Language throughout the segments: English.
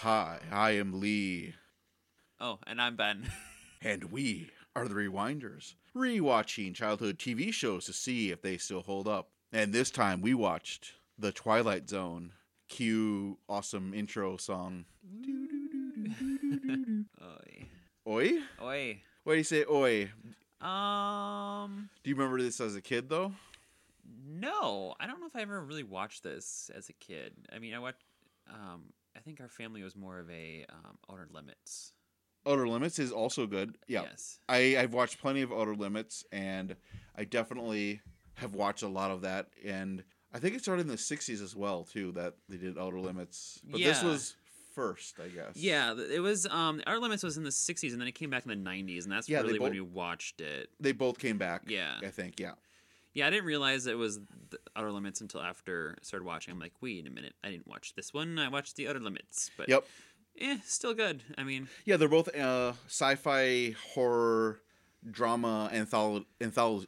Hi, I am Lee, Oh, and I'm Ben. and we are the Rewinders, rewatching childhood TV shows to see if they still hold up. And this time we watched The Twilight Zone. Cue awesome intro song. Oi. Oi? Oi. Why do you say oi? Um, Do you remember this as a kid though? no, I don't know if I ever really watched this as a kid. I mean, I watched. Um, I think our family was more of a um, Outer Limits. Outer Limits is also good. Yeah. Yes. I, I've watched plenty of Outer Limits, and I definitely have watched a lot of that. And I think it started in the '60s as well, too. That they did Outer Limits, but this Yeah. was first, I guess. Yeah, th- it was. Um, Outer Limits was in the '60s, and then it came back in the '90s, and that's Yeah, they really when both- we watched it. they both came back. Yeah. I think. Yeah, Yeah, I didn't realize it was the Outer Limits until after I started watching. I'm like, wait a minute, I didn't watch this one. I watched the Outer Limits, but Yep. eh, still good. I mean, yeah. They're both uh, sci-fi horror drama antholo- antholo-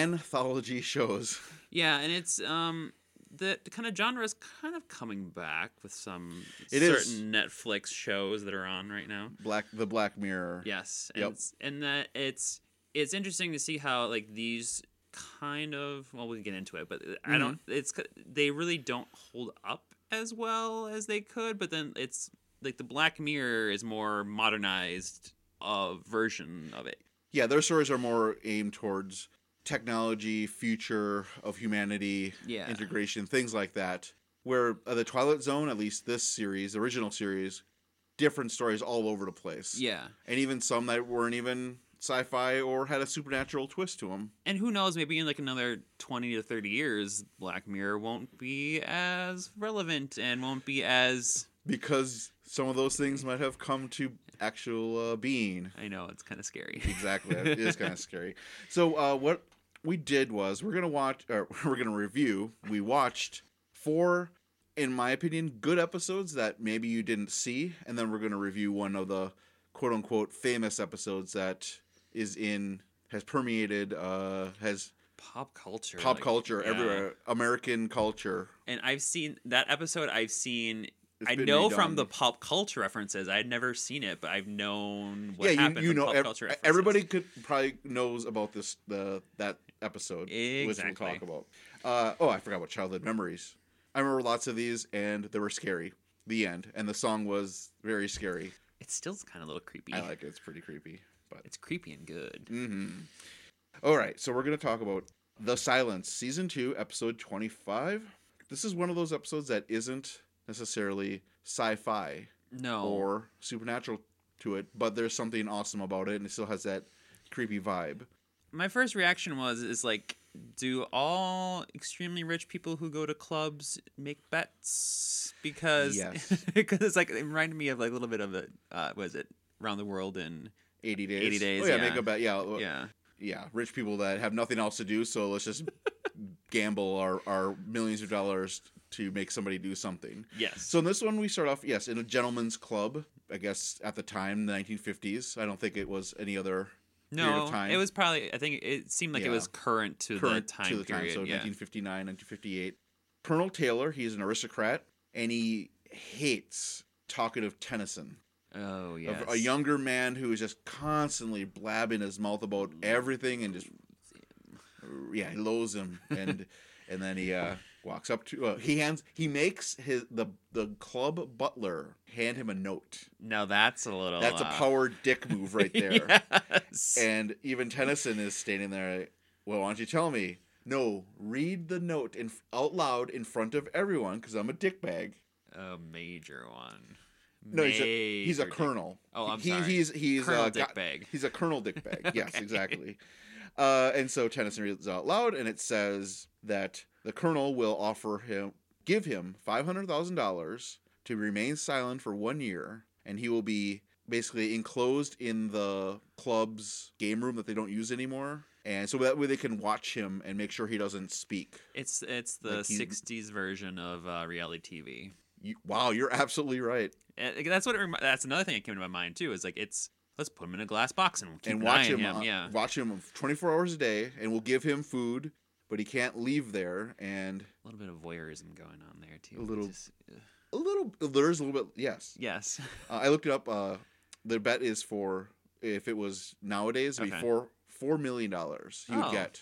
anthology shows. Yeah, and it's um the kind of genre is kind of coming back with some It certain is. Netflix shows that are on right now. Black the Black Mirror. Yes, and Yep. it's, and that it's it's interesting to see how like these kind of well we can get into it, but I don't Mm-hmm. it's they really don't hold up as well as they could, but then it's like the Black Mirror is more modernized uh, version of it. yeah. Their stories are more aimed towards technology, future of humanity, Yeah. integration, things like that. Where uh, the Twilight Zone, at least this series, the original series, different stories all over the place. Yeah. and even some that weren't even sci-fi or had a supernatural twist to them. and who knows maybe in like another 20 to 30 years black mirror won't be as relevant and won't be as because some of those things might have come to actual uh, being. i know it's kind of scary Exactly, it is kind of scary. So uh, what we did was we're gonna watch, or we're gonna review. We watched four, in my opinion, good episodes that maybe you didn't see, and then we're gonna review one of the quote unquote famous episodes that is in has permeated uh has pop culture pop like, culture yeah. everywhere american culture and i've seen that episode i've seen It's i been know from redone. the pop culture references i'd never seen it but i've known what yeah, happened you, you from know, pop ev- e, culture references. everybody could probably knows about this the that episode, which we'll Exactly. talk about. Uh, oh, I forgot about childhood memories. I remember lots of these, and they were scary. The end, and the song was very scary. it's still kind of a little creepy I like it; it's pretty creepy. But it's creepy and good mhm. All right, so we're gonna talk about the silence, season two, episode twenty-five. This is one of those episodes that isn't necessarily sci-fi no or supernatural to it, but there's something awesome about it, and it still has that creepy vibe. my first reaction was is like do all extremely rich people who go to clubs make bets because Yes. because it's like it reminded me of like a little bit of a uh was it around the world and 80 days. 80 days, Oh, yeah, yeah. make a bet. Yeah, yeah, yeah yeah. Rich people that have nothing else to do, so let's just gamble our, our millions of dollars to make somebody do something. yes So in this one, we start off, yes, in a gentleman's club. I guess at the time, the 1950s. I don't think it was any other period no of time. it was probably i think it seemed like Yeah. it was current to current the time to the period time. So yeah 1959, 1958. Colonel Taylor, he's an aristocrat, and he hates talkative Tennyson. oh of yeah a younger man who is just constantly blabbing his mouth about Mm. everything and just yeah he loathes him and and then he uh walks up to uh, he hands he makes his the the club butler hand him a note now that's a little that's a uh, power dick move right there yes. and even tennyson is standing there like, well why don't you tell me no read the note in out loud in front of everyone because i'm a dickbag a major one no he's a, he's Major a dick- colonel Oh, I'm He- sorry. he's he's Colonel uh, got- dickbag. He's a Colonel Dickbag. Yes, exactly. Uh, and so Tennyson reads out loud, and it says that the Colonel will offer him, give him five hundred thousand dollars to remain silent for one year, and he will be basically enclosed in the club's game room that they don't use anymore, and so that way they can watch him and make sure he doesn't speak. it's it's the Like he's- 60s version of uh, reality tv You, wow, you're absolutely right. Uh, like, that's what it remi- that's another thing that came to my mind too is like it's let's put him in a glass box and keep and an watch eye on him, uh, yeah watch him 24 hours a day, and we'll give him food, but he can't leave there, and a little bit of voyeurism going on there too A little- Just, uh, A little, there's a little bit. Yes, Yes. uh, I looked it up. Uh, the bet is for if it was nowadays, it'd be Okay. four four million dollars. You would Oh. get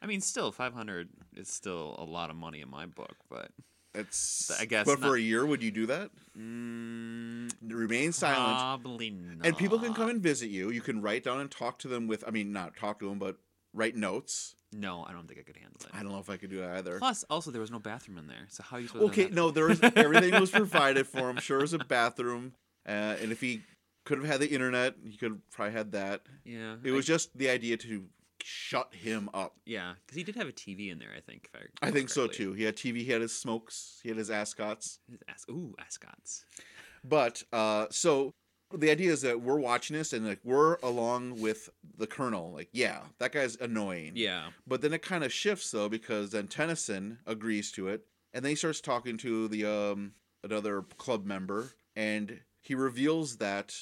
I mean, still, 500 is still a lot of money in my book, but. it's. I guess but for not- a year, would you do that? Mm, Remain silent. Probably not. And people can come and visit you. You can write down and talk to them with, I mean, not talk to them, but write notes. No, I don't think I could handle it. I don't know if I could do that either. Plus, also, there was no bathroom in there. So, how are you supposed Okay, to. no, there was everything was provided for him. Sure, was a bathroom, uh, and if he could have had the internet, he could have probably had that. Yeah. It was just the idea to shut him up. Yeah, because he did have a TV in there, I think. If I, I recall think so correctly. too. He had TV, he had his smokes, he had his ascots. His As- Ooh, ascots. But uh, so the idea is that we're watching this and like we're along with the colonel. Like, yeah, that guy's annoying. Yeah. But then it kind of shifts though because then Tennyson agrees to it, and then he starts talking to the um another club member, and he reveals that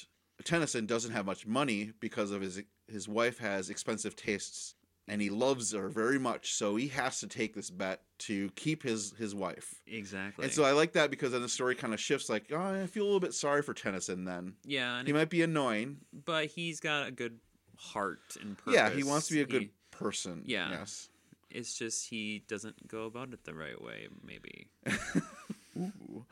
Tennyson doesn't have much money because of his his wife has expensive tastes, and he loves her very much, so he has to take this bet to keep his his wife. Exactly. And so I like that because then the story kind of shifts. Like, oh, I feel a little bit sorry for Tennyson. Then yeah, and he it- might be annoying. but he's got a good heart and purpose. Yeah, he wants to be a good He- person. Yeah. Yes. it's just he doesn't go about it the right way, maybe. Ooh.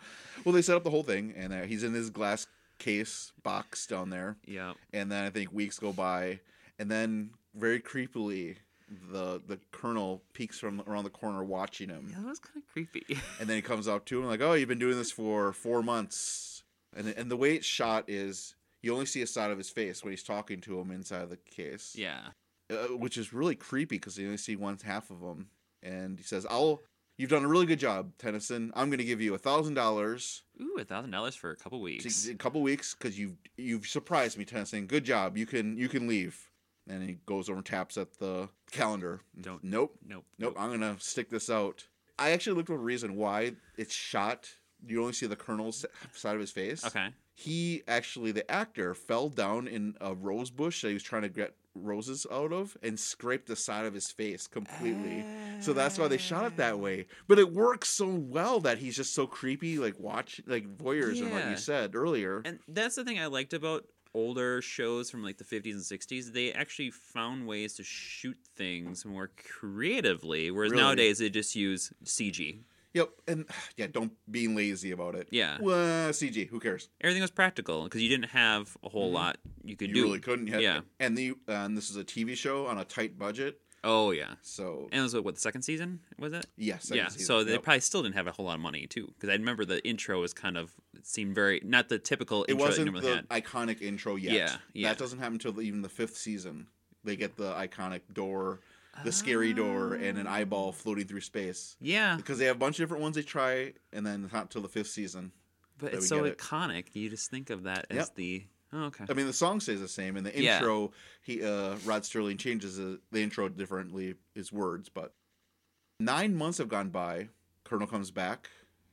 Well, they set up the whole thing, and uh, he's in his glass case box down there. Yeah. And then I think weeks go by, and then very creepily, the the colonel peeks from around the corner watching him, Yeah, that was kind of creepy. and then he comes up to him like, "Oh, you've been doing this for four months," and and the way it's shot is. You only see a side of his face when he's talking to him inside the case, yeah. uh, which is really creepy because you only see one half of him. And he says, "I'll, you've done a really good job, Tennyson. I'm going to give you a thousand dollars Ooh, a thousand dollars for a couple weeks. a couple weeks because you've you've surprised me, Tennyson. Good job. You can you can leave. And he goes over and taps at the calendar. Don't- Nope. Nope. Nope. I'm gonna stick this out. I actually looked for a reason why it's shot. You only see the colonel's side of his face. Okay. He actually, the actor, fell down in a rose bush that he was trying to get roses out of and scraped the side of his face completely. So that's why they shot it that way. But it works so well that he's just so creepy, like watch, like voyeurism, like Yeah. you said earlier. And that's the thing I liked about older shows from like the 50s and 60s. They actually found ways to shoot things more creatively, whereas Really? nowadays they just use CG. yep, and yeah, don't be lazy about it. Yeah. well, CG, who cares? Everything was practical because you didn't have a whole lot you could Mm-hmm. You do. really couldn't. Yeah, Yeah. and the and this is a TV show on a tight budget, Oh, yeah. so And it was what, the second season, was it? yes, I yeah, can see so that. they Yep. probably still didn't have a whole lot of money too, because I remember the intro was kind of it seemed very not the typical it intro that you wasn't normally the had. iconic intro yet. Yeah, yeah. that doesn't happen until even the fifth season. They get the iconic door, the scary door, and an eyeball floating through space. Yeah, because they have a bunch of different ones they try, and then it's not till the fifth season. but that we it's so get it. iconic. You just think of that as Yep. the oh, okay. I mean, the song stays the same, and the Yeah. intro, he uh, Rod Sterling changes the, the intro differently, his words. But nine months have gone by. Colonel comes back,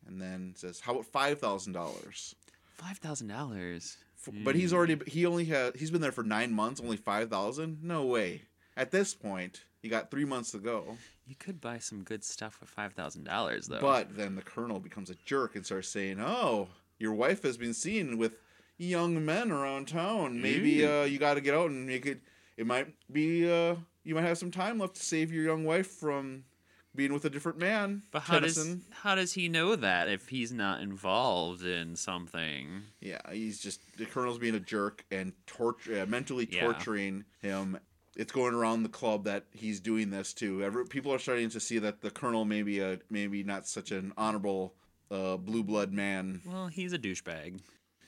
and then says, "How about five thousand dollars?" Five thousand dollars. But Hmm. he's already he only had he's been there for nine months, only five thousand. No way. At this point, you got three months to go. You could buy some good stuff for five thousand dollars though. But then the colonel becomes a jerk and starts saying, "Oh, your wife has been seen with young men around town. Maybe Ooh. uh, you got to get out and make it. It might be uh, you might have some time left to save your young wife from being with a different man." But how does Tennyson. how does he know that if he's not involved in something? Yeah, he's just the colonel's being a jerk and torture, uh, mentally Yeah. torturing him. It's going around the club that he's doing this to. Every, people are starting to see that the colonel may be a maybe not such an honorable uh, blue blood man. Well, he's a douchebag.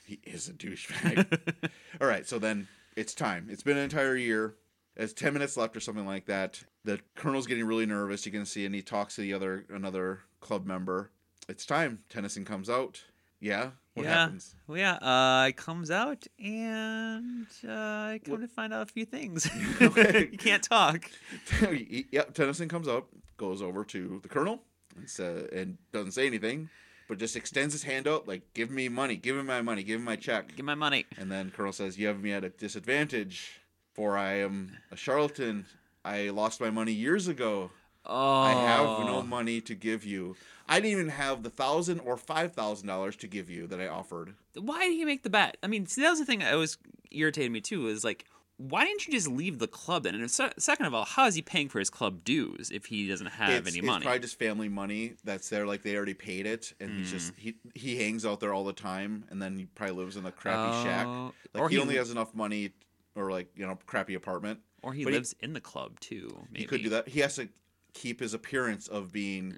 He is a douchebag. All right, so then it's time. It's been an entire year. It's ten minutes left or something like that. The colonel's getting really nervous. You can see, and he talks to the other another club member. It's time. Tennyson comes out. Yeah. What yeah. happens? Well, yeah. Uh, it comes out, and uh, I come Well- to find out a few things. Okay. you can't talk. He- yep. Tennyson comes up, goes over to the colonel, and says, and doesn't say anything, but just extends his hand out like, "Give me money. Give me my money. Give me my check." Give my money. And then Colonel says, You have me at a disadvantage, for I am a charlatan. I lost my money years ago. Oh, I have no money to give you. I didn't even have the thousand or five thousand dollars to give you that I offered. why did he make the bet? I mean, see, that was the thing that always irritated me too. Is like, why didn't you just leave the club then? And se- second of all, how is he paying for his club dues if he doesn't have it's, any it's money? probably just family money that's there. Like they already paid it, and he's just Mm. he he hangs out there all the time, and then he probably lives in a crappy shack. Oh, Like or he, he- only has enough money, or like you know, crappy apartment. or he but he- lives in the club too. Maybe. He could do that. He has to keep his appearance of being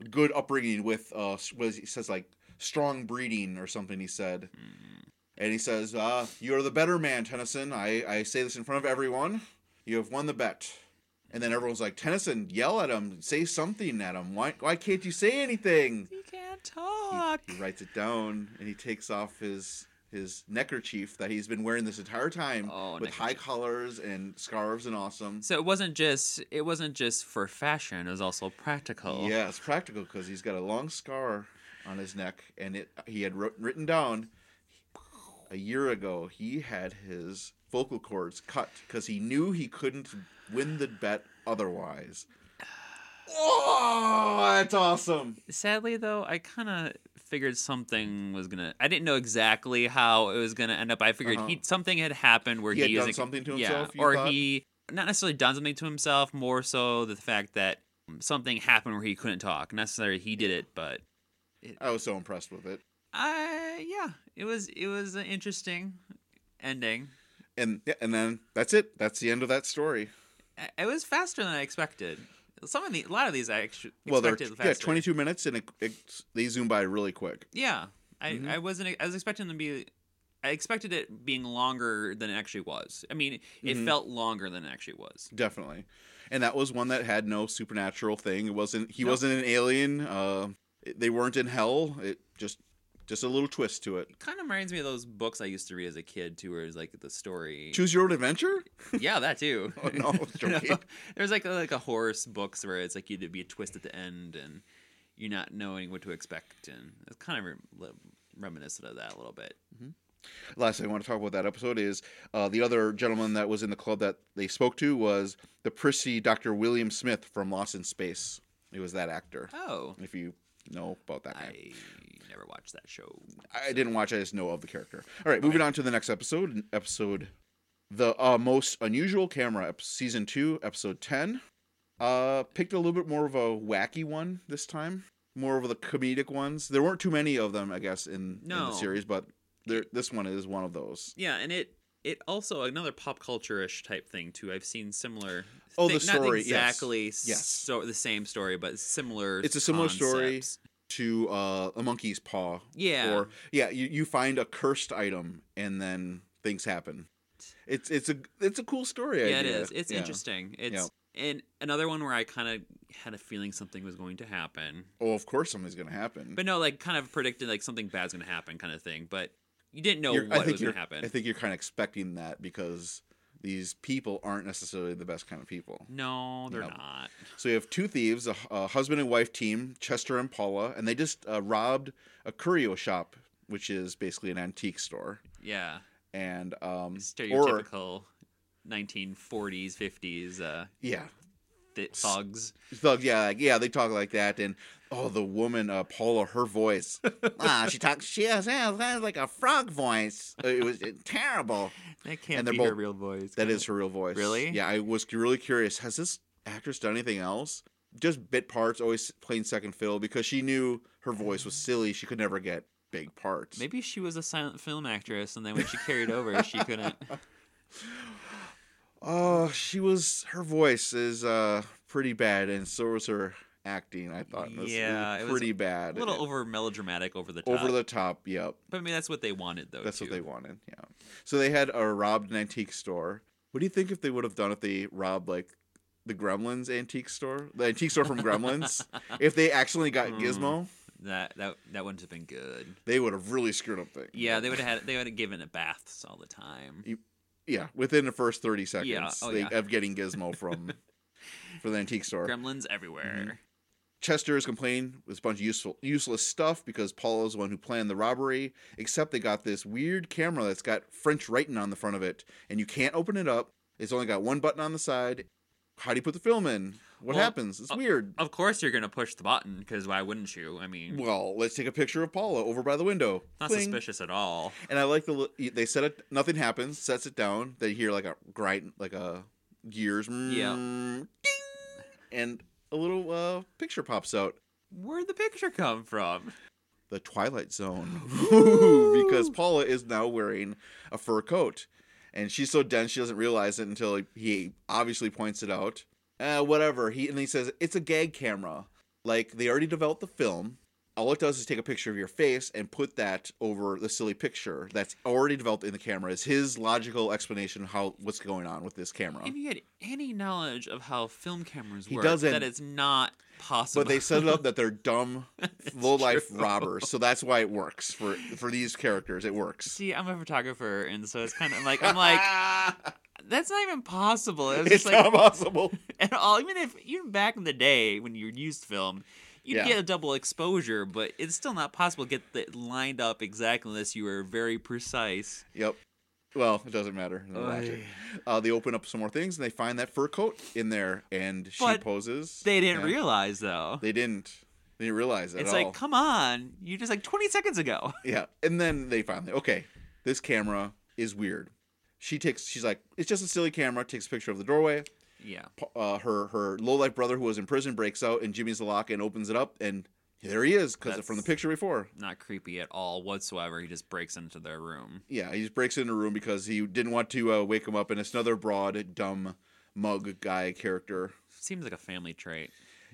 Mm. good upbringing with uh, s- what is- he says like strong breeding or something. He said. Mm. And he says, uh, "You're the better man, Tennyson. I, I say this in front of everyone. You have won the bet." And then everyone's like, "Tennyson, yell at him. Say something at him. Why why can't you say anything?" He can't He- talk. he writes it down and he takes off his his neckerchief that he's been wearing this entire time Oh, with high collars and scarves and awesome. So it wasn't just it wasn't just for fashion; it was also practical. Yeah, it's practical because he's got a long scar on his neck, and it he had wrote, written down a year ago. He had his vocal cords cut because he knew he couldn't win the bet otherwise. Oh, that's awesome! Sadly, though, I kind of Mm. figured something was gonna. I didn't know exactly how it was gonna end up. I figured Uh-huh. he something had happened where He he, had done isn't- something to yeah, himself, you or thought? he not necessarily done something to himself. More so the fact that something happened where he couldn't talk. Not necessarily he did it, but I was so impressed with it. uh, yeah, it was it was an interesting ending. And yeah, and then that's it. That's the end of that story. I- It was faster than I expected. Some of the a lot of these I actually Well, they're expected yeah, faster. twenty two minutes, and it, it, they zoom by really quick. Yeah, I, Mhm. I wasn't. e, I was expecting them to be. I expected it being longer than it actually was. I mean, it Mhm. felt longer than it actually was. Definitely. And that was one that had no supernatural thing. It wasn't he Nope. wasn't an alien. Uh, it- they weren't in hell. It just just a little twist to it. Kind of reminds me of those books I used to read as a kid, too, where it's like the story. Choose your own adventure? yeah, that too. Oh, no, I was joking. There's like a, like a horse books where it's like you'd be a twist at the end and you're not knowing what to expect, and it's kind of re- reminiscent of that a little bit. Last thing I want to talk about that episode is uh, the other gentleman that was in the club that they spoke to was the prissy Dr. William Smith from Lost in Space. It was that actor. Oh, If you know about that guy. I never watched that show. I didn't watch. I just know of the character. All right, moving on to the next episode. Episode, the uh, most unusual camera, ep- season two, episode ten. Uh, picked a little bit more of a wacky one this time. More of the comedic ones. There weren't too many of them, I guess, in, in No. the series, but there, this one is one of those. Yeah, and it it also another pop culture ish type thing too. I've seen similar. Oh, the thi- Not story, yes. exactly. s- Yes. So the same story, but similar. It's a similar story. concepts. To uh, a monkey's paw. Yeah. Or yeah, you, you find a cursed item and then things happen. It's it's a it's a cool story yeah, idea. it is. It's Yeah. interesting. It's and another one where I kind of had a feeling something was going to happen, Oh, of course something's gonna happen. but no, like kind of predicted like something bad's going to happen, kind of thing. But you didn't know You're- what was you're- going to happen. I think you're kind of expecting that because these people aren't necessarily the best kind of people. no, they're No. not. So you have two thieves, a, a husband and wife team, Chester and Paula, and they just uh, robbed a curio shop, which is basically an antique store. Yeah, And um, or stereotypical 1940s, 50s uh, yeah, th- thugs. Thug, yeah, like, yeah, they talk like that, and oh, the woman, uh, Paula, her voice, ah, she talks, she has, has like a frog voice. It was terrible. That can't they're be her both- real voice. That can is her real voice. Really? Yeah, I was really curious. Has this actress done anything else? Just bit parts, always playing second fiddle because she knew her voice was silly. She could never get big parts. Maybe she was a silent film actress, and then when she carried over, she couldn't. Oh, she was. Her voice is uh pretty bad, and so was her acting. I thought. It was- it was Yeah, it was pretty A bad. little It- over melodramatic, over the top. over the top. Yep. But I mean, that's what they wanted, though. That's too. what they wanted. Yeah. So they had a robbed an antique store. What do you think if they would have done if they robbed like the Gremlins antique store, the antique store from Gremlins? if they actually got Hmm. Gizmo, That that that wouldn't have been good. they would have really screwed up things. Yeah, they would have had they would have given it baths all the time. Yeah, within the first thirty seconds Yeah, oh, they, yeah. of getting Gizmo from from the antique store. Gremlins everywhere. Mm-hmm. Chester is complaining with a bunch of useful, useless stuff because Paul is the one who planned the robbery. Except they got this weird camera that's got French writing on the front of it, and you can't open it up. It's only got one button on the side, how do you put the film in? What Well, uh, happens? It's weird. Of course, you're gonna push the button because why wouldn't you? I mean, Well, let's take a picture of Paula over by the window. not Cling. suspicious at all. And I like the li- they set it. Nothing happens. Sets it down. They hear like a grind, like a gears. Yeah. mm, ding, and a little uh, picture pops out. Where'd the picture come from? The Twilight Zone, Ooh. because Paula is now wearing a fur coat, and she's so dense she doesn't realize it until he obviously points it out. Uh, whatever. He and he says it's a gag camera. Like they already developed the film. All it does is take a picture of your face and put that over the silly picture that's already developed in the camera. Is his logical explanation how what's going on with this camera? If you had any knowledge of how film cameras He work, doesn't. that is not possible. But they set it up that they're dumb, low life true. robbers, so that's why it works for for these characters. It works. See, I'm a photographer, and so it's kind of like I'm like that's not even possible. It's, Ah. it's just like not possible. at all. Even if even back in the day when you used film, you'd Yeah. get a double exposure, but it's still not possible to get that lined up exactly unless you were very precise. Yep. Well, it doesn't matter. They'll watch it. Uh, they open up some more things and they find that fur coat in there, and she But poses. They didn't and realize though. They didn't. They didn't realize it it's at like, all. come on, you just like 20 seconds ago. Yeah, and then they finally okay. This camera is weird. She takes. She's like, it's just a silly camera. Takes a picture of the doorway. Yeah. Pa- Uh, her her low life brother who was in prison breaks out and Jimmy's the lock and opens it up and there he is because from the That's- picture before. Not creepy at all whatsoever. He just breaks into their room. Yeah, he just breaks into a room because he didn't want to uh, wake him up and it's another broad dumb mug guy character. Seems like a family trait.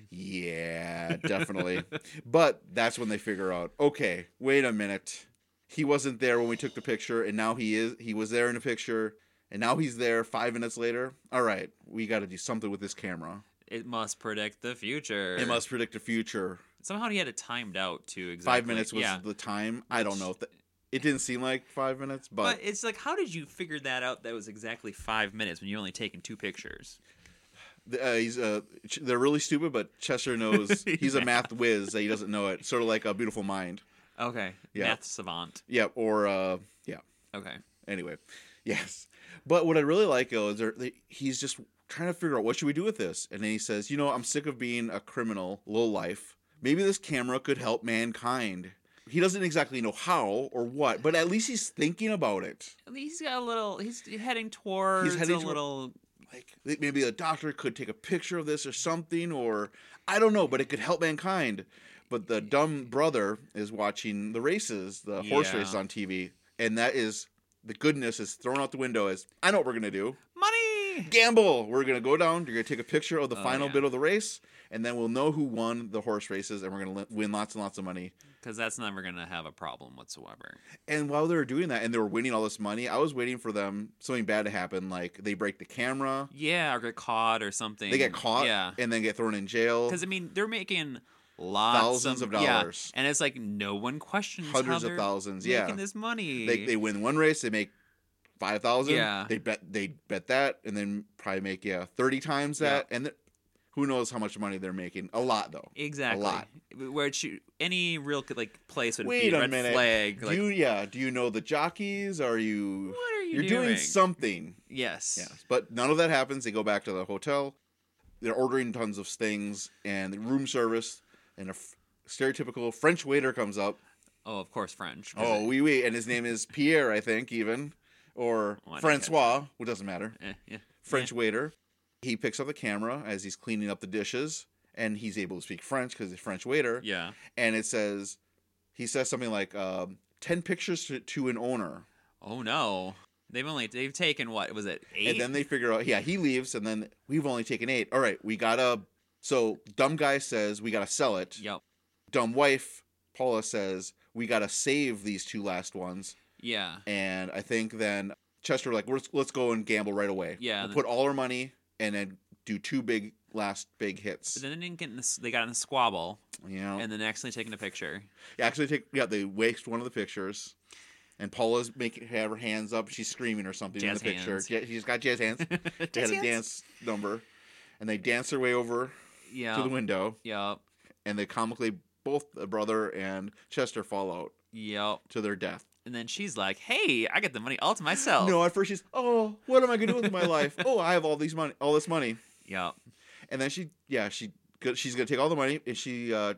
Yeah, definitely. but that's when they figure out, okay, wait a minute. He wasn't there when we took the picture and now he is he was there in the picture and now he's there 5 minutes later. All right, we got to do something with this camera. It must predict the future. It must predict the future. Somehow he had it timed out too. Exactly. 5 minutes was yeah. the time. I don't know if that, it didn't seem like 5 minutes, But but it's like, how did you figure that out? That was exactly five minutes when you only taken two pictures. th- uh, he's uh, ch- they're really stupid, but Chester knows he's a Yeah. math whiz that he doesn't know it. Sort of like a beautiful mind. Okay. Yeah. Math savant. Yeah, or uh, yeah. Okay. Anyway, yes. But what I really like though is there, they, he's just trying to figure out what should we do with this, and then he says, "You know, I'm sick of being a criminal, low life. Maybe this camera could help mankind." He doesn't exactly know how or what, but at least he's thinking about it. He's got a little. He's heading towards heading a toward- little. Like like, maybe a doctor could take a picture of this or something, or I don't know, but it could help mankind. But the dumb brother is watching the races, the horse Yeah. races on TV, and that is the goodness is thrown out the window. As I know what we're gonna do. Money. gamble. We're gonna go down. You're gonna take a picture of the Oh, final yeah. bit of the race, and then we'll know who won the horse races, and we're gonna li- win lots and lots of money. Because that's never gonna have a problem whatsoever. And while they were doing that, and they were winning all this money, I was waiting for them something bad to happen, like they break the camera, Yeah, or get caught or something. they get caught, Yeah. and then get thrown in jail. Because I mean, they're making lots Thousands of yeah, dollars. and it's like no one questions how Hundreds of they're thousands, making yeah. this money. They, they win one race, they make five thousand. Yeah. they bet they bet that, and then probably make yeah thirty times that, and th- who knows how much money they're making? A lot though. exactly lot. where it should, any real like place would Wait be a red minute. flag. Do Like, you yeah? Do you know the jockeys? Are you? what are you You're doing doing? something. yes. Yes, but none of that happens. They go back to the hotel. They're ordering tons of things and room service, and a f- stereotypical French waiter comes up. Oh, of course, French. 'cause Oh, oui, oui, and his name is Pierre, I think, even or Why not Francois, which doesn't matter. it- eh, yeah. French waiter. He picks up the camera as he's cleaning up the dishes, and he's able to speak French because he's a French waiter. Yeah. And it says, he says something like, um, 10 pictures to, to an owner. Oh no. They've only they've taken what was it eight? And then they figure out, yeah, he leaves, and then we've only taken eight. All right, we gotta. So dumb guy says we gotta sell it. Yep. Dumb wife Paula says we gotta save these two last ones. Yeah. And I think then Chester like let's let's go and gamble right away. Yeah, We'll then- put all our money and then do two big last big hits. But then they didn't get in this. They got in a squabble, you know, and then actually taking a picture. actually take yeah they waste one of the pictures. And Paula's making have her hands up. She's screaming or something Jazz in the picture. hands. Ja- She's got jazz hands. They had a dance number, and they dance their way over to the Yeah. window, Yep. and they comically both the brother and Chester fall out Yep. to their death. And then she's like, "Hey, I get the money all to myself." Oh, No, at first she's, oh, what am I gonna do with my life? Oh, I have all these money, all this money. Yeah. And then she, yeah, she go- she's gonna take all the money, and she uh,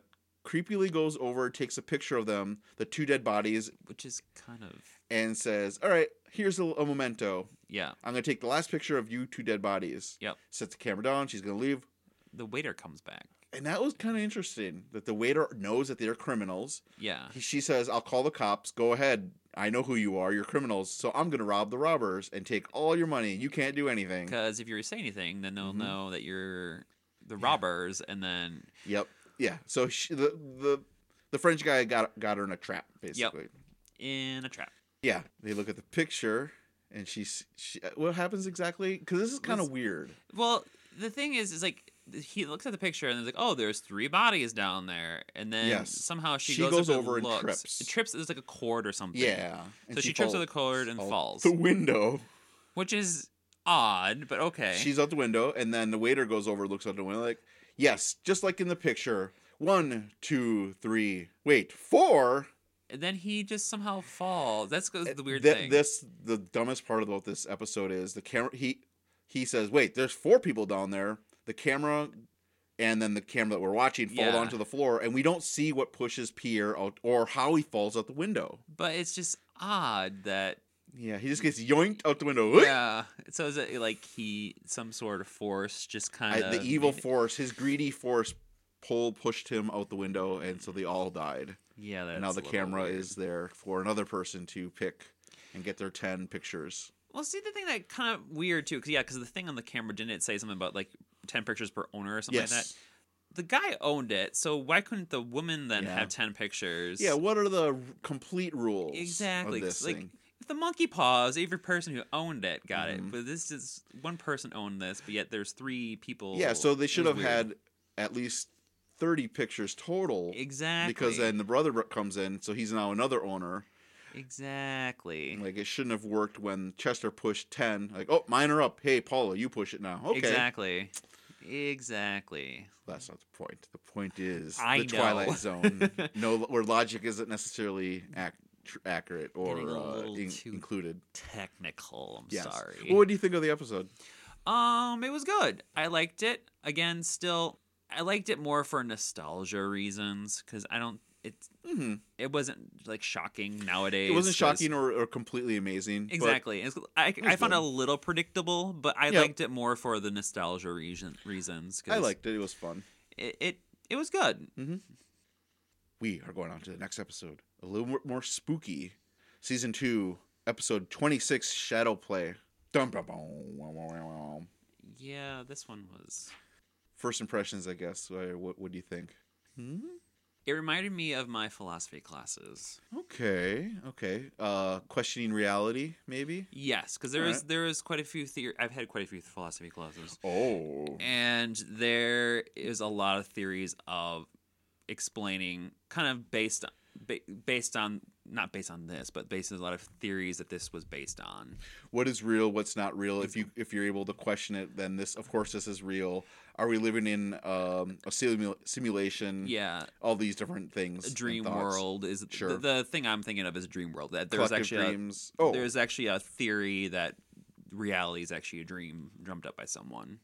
creepily goes over, takes a picture of them, the two dead bodies, Which is kind of and says, "All right, here's a, a memento. yeah. I'm gonna take the last picture of you two dead bodies." Yep. Sets the camera down. She's gonna leave, The waiter comes back. and that was kind of interesting that the waiter knows that they're criminals. Yeah. He- She says, "I'll call the cops. Go ahead. I know who you are. You're criminals. So I'm gonna rob the robbers and take all your money. You can't do anything." Because if you say anything, then they'll Mhm. know that you're the robbers, and then Yep. Yeah. So she, the the the French guy got got her in a trap basically. in a trap. Yeah. They look at the picture and she's she, uh, what happens exactly cuz this is kind of This- weird. Well, the thing is, is like he looks at the picture and he's like, "Oh, there's three bodies down there," and then Yes. somehow she, She goes, goes up over and looks. trips. It trips. It's like a cord or something. Yeah. So she, trips over the cord and out falls, The window. which is odd, but okay. She's out the window and then the waiter goes over looks out the window like, "Yes, just like in the picture. One, two, three. Wait, four. and then he just somehow falls. That's goes the weird Th- thing. This the dumbest part about this episode is the camera. He he says, "Wait, there's four people down there." The camera, and then the camera that we're watching fall Yeah. onto the floor, and we don't see what pushes Pierre out or how he falls out the window. but it's just odd that Yeah, he just gets yoinked out the window. yeah. So is it like he some sort of force just I- kind of the evil force, his greedy force, pull pushed him out the window, and so they all died. Yeah, that's and now the a little camera weird. is there for another person to pick and get their ten pictures. Well, see the thing that kind of weird too, because yeah, because the thing on the camera didn't it say something about like ten pictures per owner or something yes. like that. The guy owned it, so why couldn't the woman then Yeah. have ten pictures? Yeah, what are the r- complete rules? of exactly. 'cause, this like thing? if the monkey paws, every person who owned it got Mhm. it, but this is one person owned this, but yet there's three people. Yeah, so they It should was have weird. had at least 30 pictures total exactly because then the brother br- comes in, so he's now another owner. exactly Like it shouldn't have worked when Chester pushed 10, like, "Oh, mine are up. Hey, Paula, you push it now." Okay. exactly exactly. That's not the point. The point is I the know. Twilight Zone. no where logic isn't necessarily ac- tr- accurate or Getting a uh, little in- too- included. Technical. I'm Yes. sorry. What do you think of the episode? Um, it was good. I liked it. Again, still, I liked it more for nostalgia reasons because I don't. It hmm it wasn't like shocking nowadays. It wasn't 'cause- shocking or, or completely amazing. but- Exactly. It's, I, I was found it good. a little predictable, but I Yep. liked it more for the nostalgia reason, reasons. 'cause I liked it. It was fun. it. It, it was good. we are going on to the next episode. A little more, more spooky. Season 2, episode 26, Shadow Play. Dum, bum, bum, wum, wum, wum, wum. Yeah, this one was. First impressions, I guess. Uh, What, what do you think? Hmm? It reminded me of my philosophy classes. Okay, okay. Uh, questioning reality, maybe? Yes, because there All is right. there is quite a few theory. I've had quite a few philosophy classes. Oh. and there is a lot of theories of explaining kind of based on ba- based on not based on this but based on a lot of theories that this was based on What is real? What's not real? If you if you're able to question it, then this, of course, this is real. Are we living in um, a simu- simulation? yeah All these different things. Mm-hmm. a and dream thoughts. world is the- Sure. the, thing i'm thinking of is dream world that there's Collective actually dreams. A, oh, there's actually a theory that reality is actually a dream dreamt up by someone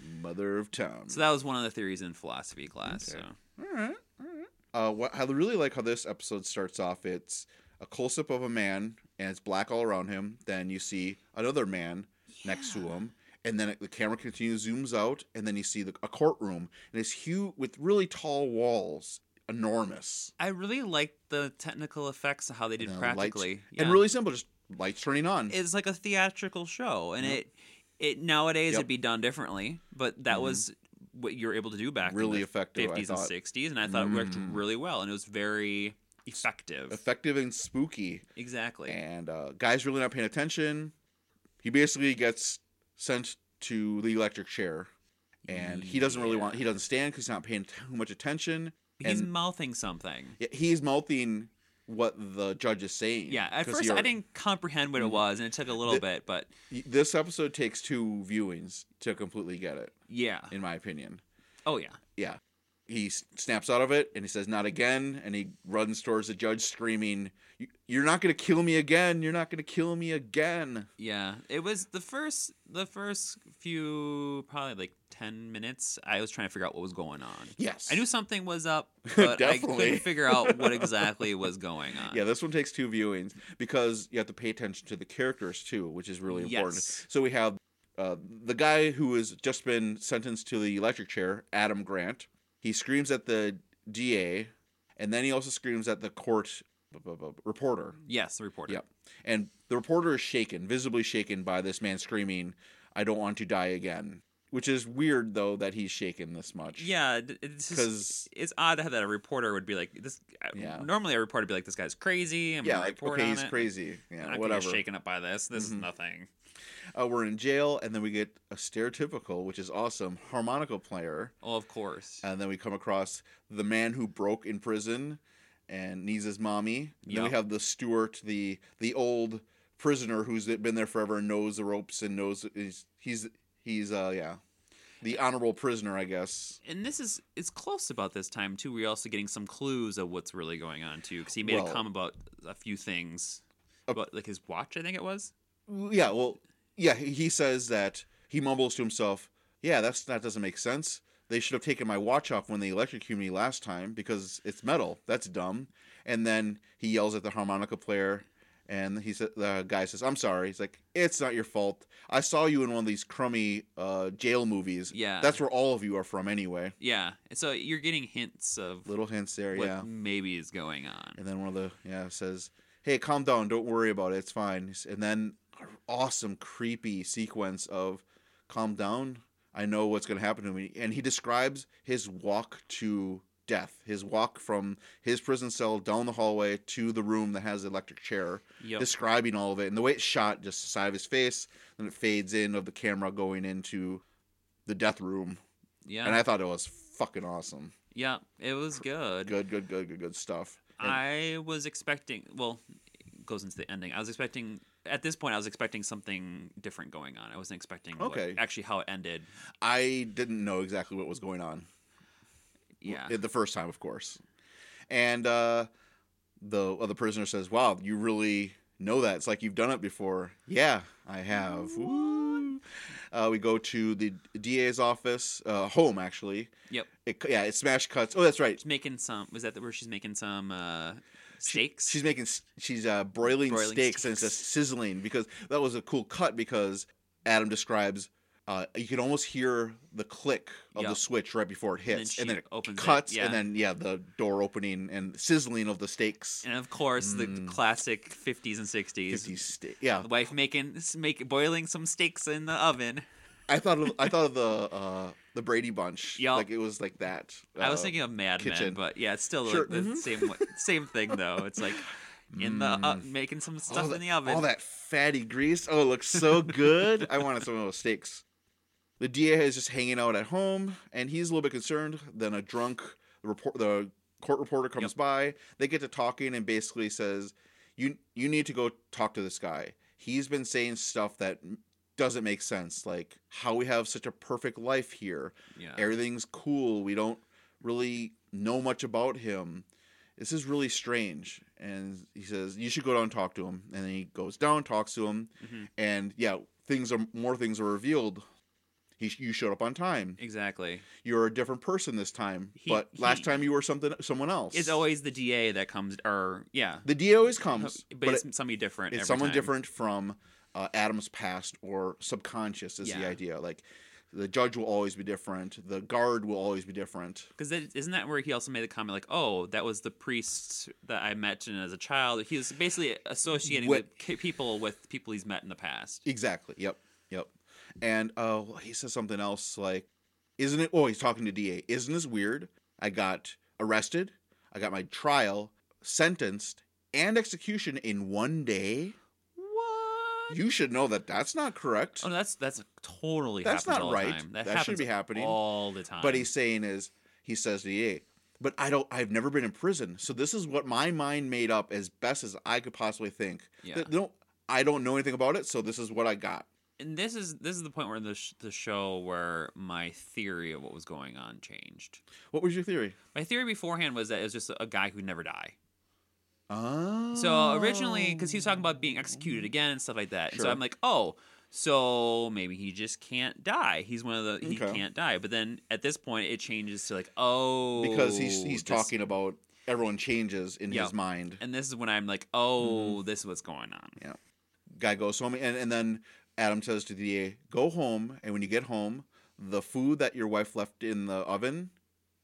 Oh, mother of time. so that was one of the theories in philosophy Mm. class Okay. so All right, all right. Uh, what I really like how this episode starts off. It's a close up of a man, and it's black all around him. Then you see another man next to him, and then it, the camera continues, zooms out, and then you see the, a courtroom, and it's huge with really tall walls, enormous, i really liked the technical effects of how they did And the lights- practically Yeah. and really simple, just lights turning on. it's like a theatrical show and it it nowadays Yep. it'd be done differently but that Mhm. was what you were able to do back really in the effective. 50s I and thought 60s and i thought it worked Mm. really well and it was very effective effective and spooky, exactly and uh, guy's really not paying attention. He basically gets sent to the electric chair and he doesn't really want Yeah. he doesn't stand because he's not paying too much attention he's and- mouthing something Yet he's mouthing what the judge is saying yeah at 'cause first he i already- didn't comprehend what it was and it took a little The- bit but this episode takes two viewings to completely get it yeah in my opinion oh yeah he s- snaps out of it and he says not again and he runs towards the judge screaming "You- you're not going to kill me again you're not going to kill me again Yeah, it was the first the first few probably like ten minutes. I was trying to figure out what was going on. yes I knew something was up, but I Definitely. couldn't figure out what exactly was going on. yeah this one takes two viewings because you have to pay attention to the characters too which is really important Yes. so we have uh, the guy who has just been sentenced to the electric chair adam grant he screams at the da and then he also screams at the court b- b- b- reporter Yes, the reporter. Yep. And the reporter is shaken, visibly shaken by this man screaming, I don't want to die again. Which is weird, though, that he's shaken this much. Yeah, d- it's just- Because, it's odd that a reporter would be like this. uh, Yeah. Normally, a reporter would be like, "This guy's crazy." I'm yeah, gonna like, report okay, on he's it. crazy. I'm Yeah, not whatever. Gonna get shaken up by this. This Mhm. is nothing. Uh, we're in jail, and then we get a stereotypical, which is awesome, harmonica player. Oh, of course. And then we come across the man who broke in prison and needs his mommy. And Then we Yep. have the Stuart, the the old prisoner who's been there forever and knows the ropes and knows he's he's he's uh yeah. The honorable prisoner, I guess. and this is it's close about this time too. We're also getting some clues of what's really going on too, because he made Well- a comment about a few things, Uh, about like his watch. I think it was. Yeah, well yeah, he he says that he mumbles to himself, Yeah, that's that doesn't make sense. They should have taken my watch off when they electrocuted me last time because it's metal. That's dumb. And then he yells at the harmonica player, and he sa- the guy says, "I'm sorry." He's like, "It's not your fault. I saw you in one of these crummy uh, jail movies. Yeah. that's where all of you are from anyway." Yeah. So you're getting hints of Little hints there, what yeah. maybe is going on. And then one of the yeah says, "Hey, calm down. Don't worry about it. It's fine." And then an awesome creepy sequence of "Calm down. I know what's going to happen to me." And he describes his walk to death, his walk from his prison cell down the hallway to the room that has the electric chair, Yep. describing all of it. And the way it's shot, just the side of his face, and it fades in of the camera going into the death room. yeah. And I thought it was fucking awesome. yeah. It was good. Good, good, good, good, good stuff. And- I was expecting. Well, it goes into the ending. I was expecting. At this point, I was expecting something different going on. I wasn't expecting what- Okay. actually how it ended. I didn't know exactly what was going on Yeah. the first time, of course. And uh, the other prisoner says, "Wow, you really know that? It's like you've done it before." Yeah, I have. Woo. Uh, we go to the DA's office, uh, home actually. Yep. It, yeah, it smash cuts. Oh, that's right. She's making some. Was that where she's making some uh, steaks? She's making s- she's uh, broiling, Broiling steaks, and it's steaks. just sizzling because that was a cool cut because Adam describes uh, you can almost hear the click of Yeah. the switch right before it then hits, she and then, it opens it, cuts, yeah. and then yeah, the door opening and sizzling of the steaks. And of course, Mm. the classic 50s and 60s. 50 ste- yeah, The wife making make boiling some steaks in the oven. I thought of, I thought of the uh, the Brady Bunch. Yup. like it was like that. I was Uh, thinking of Mad kitchen. Men, but yeah, it's still Sure, like the mhm. same wa- same thing though. It's like in the uh, making some Mm. all stuff that- in the oven. All that fatty grease. Oh, it looks so good. I wanted some of those steaks. The DA is just hanging out at home, and he's a little bit concerned. Then a drunk report, the court reporter comes by. They get to talking, and basically says, "You you need to go talk to this guy. He's been saying stuff that." doesn't make sense like how we have such a perfect life here yeah. everything's cool. We don't really know much about him. This is really strange. And he says, You should go down and talk to him. And then he goes down, talks to him. Mhm. And yeah, things are more things are revealed. He, you showed up on time. Exactly. You're a different person this time. He- but last he- time you were something someone else. It's always the DA that comes, or yeah, the DA always but, comes, but, it's it- somebody different. it's every someone time. different from uh, Adam's past or subconscious is the Yeah. idea. Like the judge will always be different. The guard will always be different. Because isn't that where he also made the comment like, "Oh, that was the priest that I met and as a child." He was basically associating What- the ki- people with people he's met in the past. Exactly. Yep. Yep. And uh, he says something else like, "Isn't it?" Oh, he's talking to DA. Isn't this weird? I got arrested. I got my trial, sentenced, and execution in one day. What? You should know that that's not correct. Oh, no, that's that's totally That's happens not all the right. time. That shouldn't happens be happening. all the time. But he's saying is he says to DA, "But I don't. I've never been in prison, so this is what my mind made up as best as I could possibly think. Yeah. Th- No, I don't know anything about it, so this is what I got." and this is this is the point where the sh- the show where my theory of what was going on changed. What was your theory? My theory beforehand was that it was just a guy who'd never die. Oh. So originally, because he was talking about being executed again and stuff like that, and so Sure. I'm like, oh, so maybe he just can't die. He's one of the he Okay. can't die. But then at this point, it changes to like, oh, because he's he's this- talking about everyone changes in Yeah. his mind. and this is when I'm like, oh, Mm-hmm. this is what's going on. Guy goes home, and, and then Adam says to the DA, "Go home, and when you get home, the food that your wife left in the oven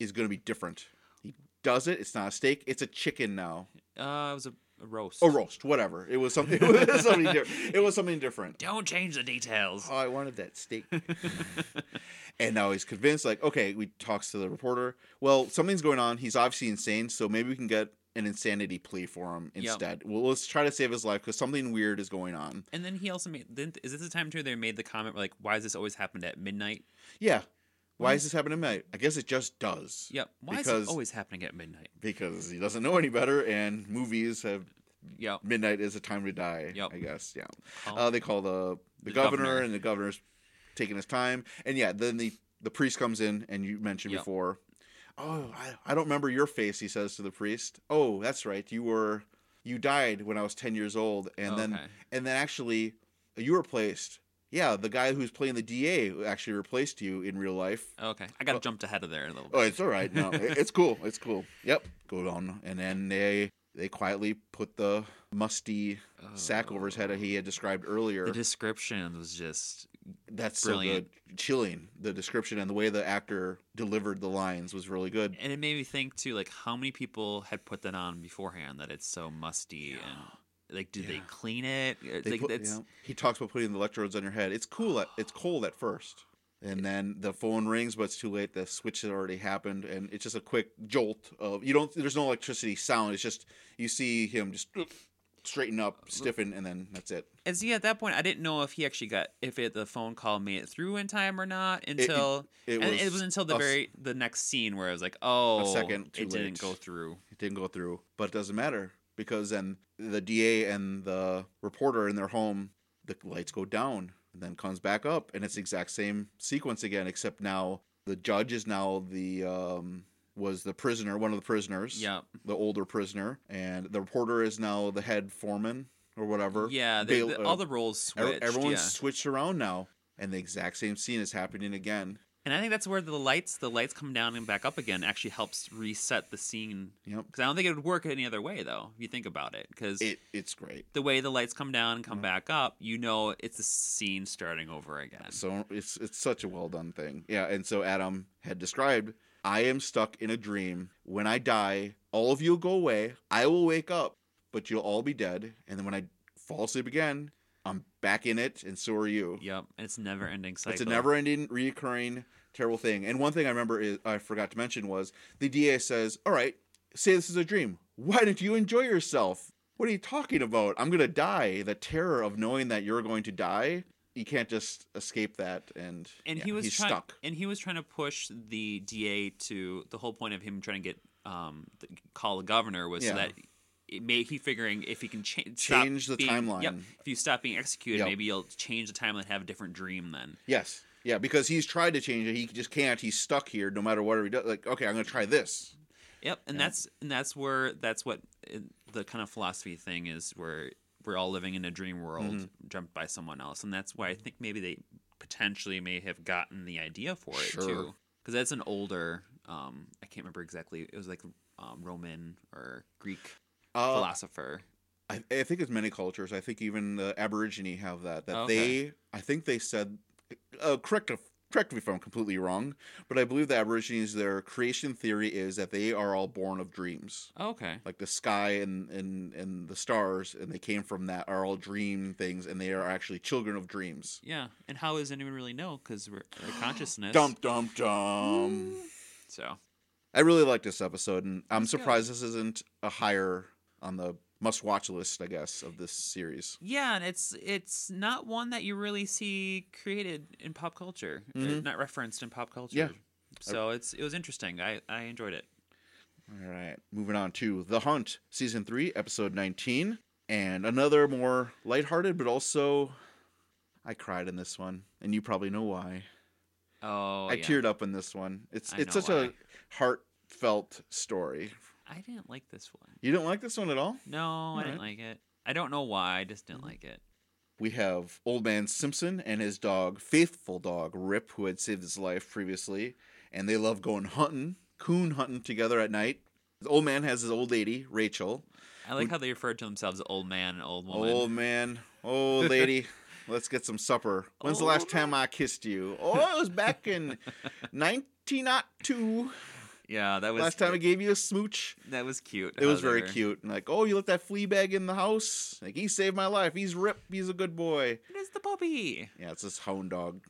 is going to be different." He does it. It's not a steak. It's a chicken now, Uh, it was a, a roast. or roast, whatever. It was something. It was something different. It was something different. Don't change the details. Oh, I wanted that steak. and now he's convinced, like, okay, we talks to the reporter. Well, something's going on. He's obviously insane, so maybe we can get an insanity plea for him Yep. instead. Well, let's try to save his life because something weird is going on. And then he also made. Then is this the time too? They made the comment like, "Why does this always happen at midnight?" Yeah. Why Why is this happening at night? I guess it just does. Yep. Why is Because- it always happening at midnight? Because he doesn't know any better, and movies have Yep. midnight is a time to die. Yep. I guess. Yeah. Call- Uh, they call the the, The governor, governor. and the governor's taking his time. And yeah, then the the priest comes in, and you mentioned Yep. before. Oh, I, I don't remember your face. He says to the priest. Oh, that's right. You were you died when I was ten years old, and then Okay. and then actually you were placed. Yeah, the guy who's playing the DA actually replaced you in real life. Okay, I got jumped ahead of there a little Oh, bit. it's all right. No, it- it's cool. It's cool. Yep. Go on, and then they they quietly put the musty sack over his head that he had described earlier. The description was just That's Brilliant. so good. Chilling. The description and the way the actor delivered the lines was really good. and it made me think too like how many people had put that on beforehand that it's so musty and like did they Yeah. clean it It's They like put- it's yeah. He talks about putting the electrodes on your head. It's cool. At, it's cold at first, and then the phone rings, but it's too late. The switch had already happened, and it's just a quick jolt of you don't. There's no electricity sound. It's just you see him just straighten up, stiffen, and then that's it. and see at that point I didn't know if he actually got if it, the phone call made it through in time or not until It and it was until the a s- very the next scene where I was like oh second too it late. didn't go through It didn't go through, but it doesn't matter because then the DA and the reporter in their home, the lights go down and then comes back up, and it's the exact same sequence again, except now the judge is now the um, was the prisoner, one of the prisoners, yep the older prisoner, and the reporter is now the head foreman or whatever. yeah they, Bail- the- uh, all the roles ev- switched everyone's yeah. switched around now, and the exact same scene is happening again. And I think that's where the lights, the lights come down and back up again, actually helps reset the scene. Yep, Because I don't think it would work any other way, though, if you think about it. Because it it's great. the way the lights come down and come back up, you know it's the scene starting over again. So it's it's such a well done thing. Yeah, and so Adam had described, I am stuck in a dream. When I die, all of you will go away. I will wake up, but you'll all be dead. And then when I fall asleep again, I'm back in it, and so are you. Yep, and it's never ending cycle. It's a never ending, reoccurring, terrible thing. And one thing I remember is I forgot to mention was the DA says, All right, say this is a dream. Why didn't you enjoy yourself? What are you talking about? I'm gonna die. The terror of knowing that you're going to die. You can't just escape that and, And yeah, he was he's trying, stuck. and he was trying to push the DA to the whole point of him trying to get um the, call the governor was Yeah. so that it may he figuring if he can cha- stop Change the being- Yep, timeline. if you stop being executed, Yep. maybe you'll change the timeline, and have a different dream then. Yes. Yeah, because he's tried to change it. He just can't. He's stuck here no matter what he does. Like, okay, I'm gonna try this. Yep, and Yeah. that's and that's where that's what uh, the kind of philosophy thing is, where we're all living in a dream world Mm-hmm. dreamt by someone else, and that's why I think maybe they potentially may have gotten the idea for it Sure. too, because that's an older, um, I can't remember exactly, it was like um, Roman or Greek Uh, philosopher. I, I think it's many cultures. I think even the Aborigine have that. That Okay. they, I think they said, uh, correct, correct me if I'm completely wrong, but I believe the Aborigines, their creation theory is that they are all born of dreams, okay, like the sky and and and the stars, and they came from that are all dream things, and they are actually children of dreams. yeah, and how does anyone really know? Because we're our consciousness. Dum dum dum. So I really like this episode, and I'm It's good. surprised this isn't a higher on the must watch list, I guess, of this series. Yeah, and it's it's not one that you really see created in pop culture, uh, Mhm. not referenced in pop culture. Yeah. So it's it was interesting. I I enjoyed it. All right, moving on to The Hunt, season three, episode nineteen, and another more lighthearted, but also I cried in this one, and you probably know why. Oh, I yeah. teared up in this one. It's I it's know such why. a heartfelt story. I didn't like this one. You don't like this one at all? Mm-hmm. No, I didn't like it. I don't know why. I just didn't like it. We have old man Simpson and his dog, faithful dog Rip, who had saved his life previously, and they love going hunting, coon hunting together at night. The old man has his old lady, Rachel. I like how they referred to themselves as old man and old woman. Old Oh, man, old lady, let's get some supper. When's the last Old time I kissed you? Oh, it was back in 1902. yeah, that was Oh, Last time I gave you a smooch. that was cute. It how was they very were- cute. And like, oh, you let that flea bag in the house? Like, he saved my life. He's Rip. He's a good boy. It is the puppy. Yeah, it's this hound dog.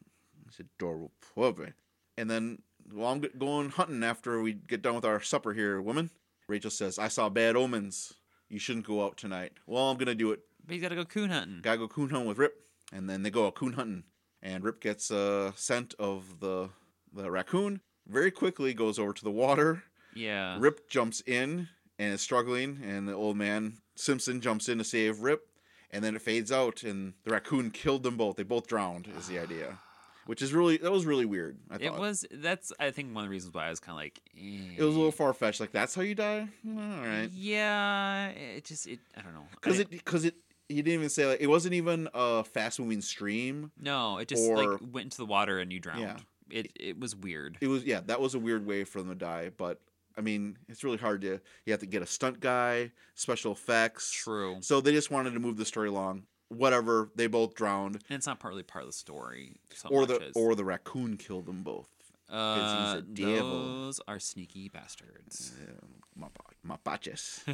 It's adorable puppy. And then while I'm g- going hunting after we get done with our supper here, woman, Rachel says, I saw bad omens. You shouldn't go out tonight. Well, I'm going to do it. But he's got to go coon hunting. Gotta go coon hunting with Rip. And then they go out coon hunting. And Rip gets a scent of the, the raccoon. Very quickly goes over to the water. Yeah. Rip jumps in and is struggling. And the old man, Simpson, jumps in to save Rip. And then it fades out, and the raccoon killed them both. They both drowned, is the idea. Which is really, that was really weird. I thought. Ah. It was. That's I think one of the reasons why I was kind of like. eh. It was a little far fetched. Like, that's how you die? All right. Yeah. It just. It. I don't know. I Because didn't- it, because it, he didn't even say, like, it wasn't even a fast moving stream. No, it just or- like went into the water and you drowned. Yeah. It. It was weird. It was, yeah, that was a weird way for them to die. But, I mean, it's really hard to, you have to get a stunt guy, special effects. True. And So they just wanted to move the story along. Whatever, they both drowned. it's not partly part of the story. So or much the as, or the raccoon killed them both. uh, he's a devil. Those are sneaky bastards. Uh, Mapa- Mapaches.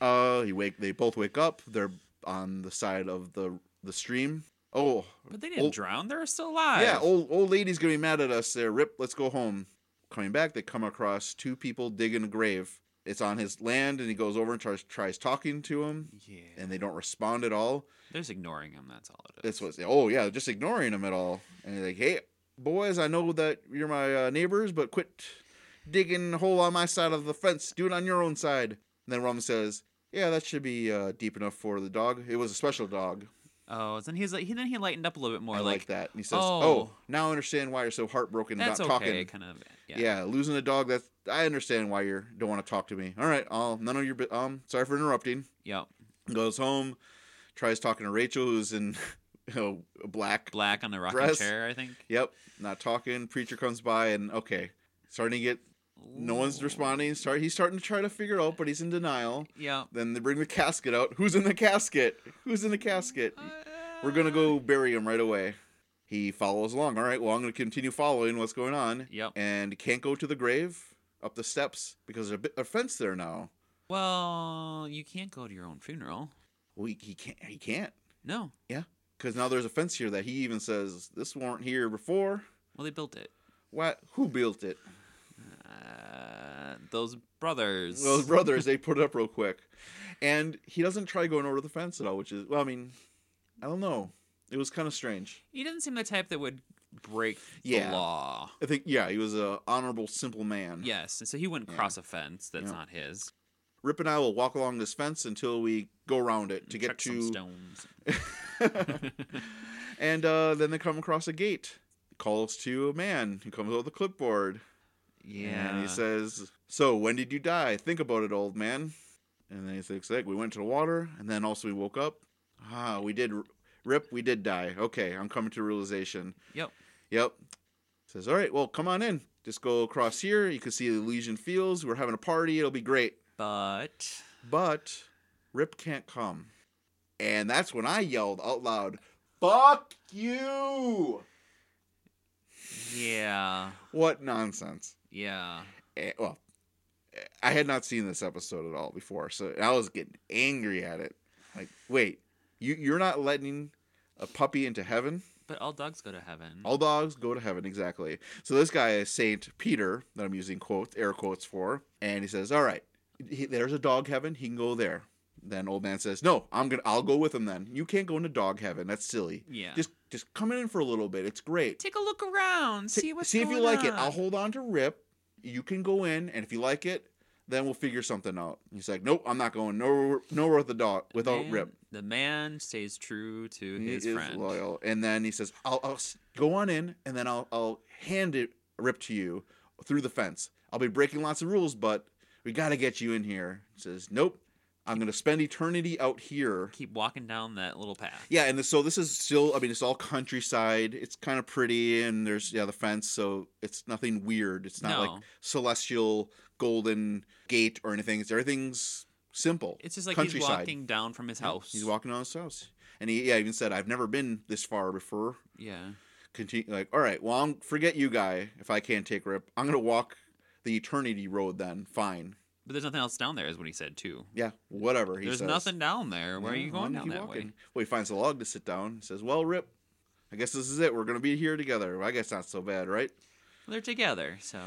uh, he wake. They both wake up. They're on the side of the the stream. Oh, But they didn't Old- drown. They're still alive. yeah. Old old lady's gonna be mad at us. There, rip. Let's go home. Coming back, they come across two people digging a grave. It's on his land, and he goes over and tries tries talking to him, Yeah. and they don't respond at all. They're just ignoring him. That's all it is. This was oh yeah, just ignoring him at all. And he's like, hey boys, I know that you're my uh, neighbors, but quit digging a hole on my side of the fence. Do it on your own side. And then Rum says, yeah, that should be uh, deep enough for the dog. It was a special dog. Oh, then he's like, he then he lightened up a little bit more. I like, like, that. And he says, oh. "Oh." now I understand why you're so heartbroken That's about okay. talking. Kind of. Yeah. Yeah. losing a dog. That's I understand why you don't want to talk to me. All right, I'll none of your bu- um. Sorry for interrupting. Yep. Goes home, tries talking to Rachel, who's in you know, black Black on the rocking Dress. chair. I think. Yep, not talking. Preacher comes by and okay, starting to get no one's Ooh. responding. Start he's starting to try to figure it out, but he's in denial. Yep. Then they bring the casket out. Who's in the casket? Who's in the casket? We're gonna go bury him right away. He follows along. All right, well I'm gonna continue following what's going on. Yep. And can't go to the grave up the steps because there's a, bit, a fence there now. Well, you can't go to your own funeral. Well, he, he can't. He can't No. because now there's a fence here that he even says this weren't here before. Well, they built it. What? Who built it? Uh, those brothers. those brothers they put it up real quick and he doesn't try going over the fence at all which is well i mean i don't know it was kind of strange He doesn't seem the type that would break Yeah. the law. i think yeah he was a honorable simple man Yes, and so he wouldn't Yeah. cross a fence that's Yeah. not his. rip and i will walk along this fence until we go around it to get Chuck some to stones. and uh, then they come across a gate calls to a man who comes with a clipboard Yeah. and he says so when did you die think about it old man and then he thinks like we went to the water and then also we woke up ah we did rip we did die okay i'm coming to realization yep. Yep. Says, all right, well, come on in. Just go across here. You can see the Elysian Fields. We're having a party. It'll be great. But But Rip can't come. And that's when I yelled out loud, fuck you. yeah, What nonsense. yeah. Eh, well, eh, I had not seen this episode at all before. So I was getting angry at it. Like, wait, you, you're not letting a puppy into heaven? But all dogs go to heaven. All dogs go to heaven, exactly. So this guy is Saint Peter, that I'm using quotes, air quotes for, and he says, "All right, he, there's a dog heaven. He can go there." Then old man says, "No, I'm gonna. I'll go with him. Then you can't go into dog heaven. That's silly. yeah. Just just come in for a little bit. It's great. Take a look around. See what's See if going you like it. on. I'll hold on to Rip. You can go in, and if you like it, Then we'll figure something out. He's like, nope, I'm not going nowhere, nowhere with the dog without man, Rip. The man stays true to He his is friend. loyal. And then he says, I'll, I'll s- go on in, and then I'll I'll hand it Rip to you through the fence. I'll be breaking lots of rules, but we got to get you in here. He says, nope, I'm gonna spend eternity out here. Keep walking down that little path. Yeah, and so this is still, I mean, it's all countryside. It's kind of pretty, and there's, yeah, the fence, so it's nothing weird. It's not No. like celestial golden gate or anything. It's everything's simple. It's just like he's countryside. walking down from his house. He's walking on his house. And he, yeah, even said, I've never been this far before. Yeah. Continue, like, all right, well, I'm, forget you, guy, if I can't take Rip. I'm going to walk the eternity road then. Fine. But there's nothing else down there, is what he said too. Yeah, whatever. He There's says. nothing down there. Where are Yeah, you why going not down keep that way? walking? Well, he finds a log to sit down. He says, "Well, Rip, I guess this is it. We're gonna be here together. Well, I guess not so bad, right?" They're together, so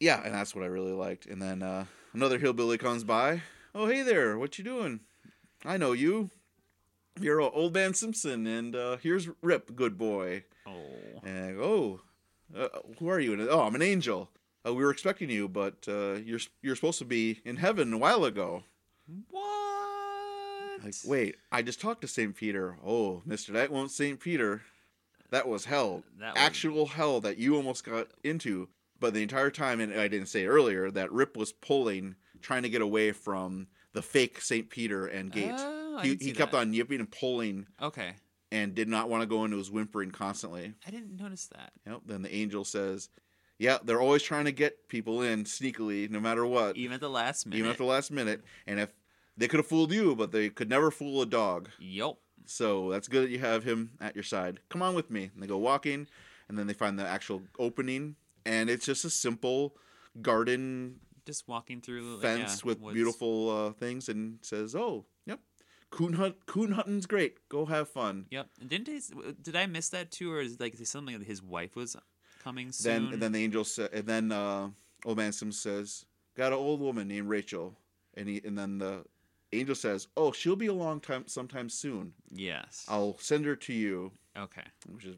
Yeah, and that's what I really liked. And then uh, another hillbilly comes by. Oh, hey there, what you doing? I know you. You're o- old man Simpson, and uh, here's Rip, good boy. oh. And I go, oh, uh, who are you? And, oh, I'm an angel. Uh, we were expecting you, but uh, you're you're supposed to be in heaven a while ago. What? Like, wait, I just talked to St. Peter. Oh, Mister, that won't St. Peter. That was hell. That was- Actual hell that you almost got into. But the entire time, and I didn't say earlier, that Rip was pulling, trying to get away from the fake St. Peter and gate. Oh, I he didn't he see kept that. on yipping and pulling Okay. and did not want to go into his whimpering constantly. I didn't notice that. Yep. Then the angel says, Yeah, they're always trying to get people in sneakily, no matter what, Even at the last minute. even at the last minute. And if they could have fooled you, but they could never fool a dog. Yup. So that's good that you have him at your side. Come on with me. And they go walking, and then they find the actual opening, and it's just a simple garden Just walking through like, fence yeah, with woods. beautiful uh, things, and says, "Oh, yep, coon hunt, coon hunting's great. Go have fun." Yep. And Didn't they, s- w- did I miss that too, or is like something that his wife was coming soon? Then, and then the angel sa- and then uh, old man Sim says, "Got an old woman named Rachel," and he, and then the angel says, "Oh, she'll be along time sometime soon. yes. I'll send her to you," okay. which is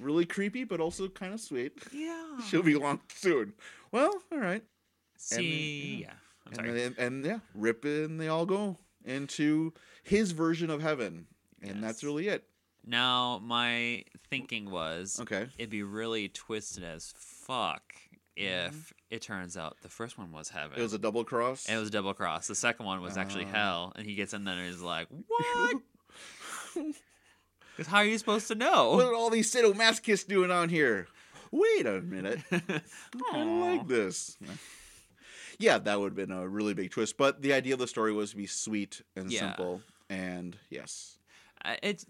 really creepy, but also kind of sweet. Yeah. She'll be long soon. Well, all right. See. yeah. yeah. I'm And, sorry. then, and yeah, Rip and they all go into his version of heaven. And that's Yes. really it. now my thinking was Okay. it'd be really twisted as fuck if it turns out the first one was heaven. It was a double cross. And it was a double cross. The second one was actually Ah. hell, and he gets in there and he's like, "What? 'Cause how are you supposed to know?" what are all these sadomasochists doing on here? Wait a minute. I kind of Aw. like this. Yeah, that would have been a really big twist. But the idea of the story was to be sweet and Yeah. simple. And yes. I- it's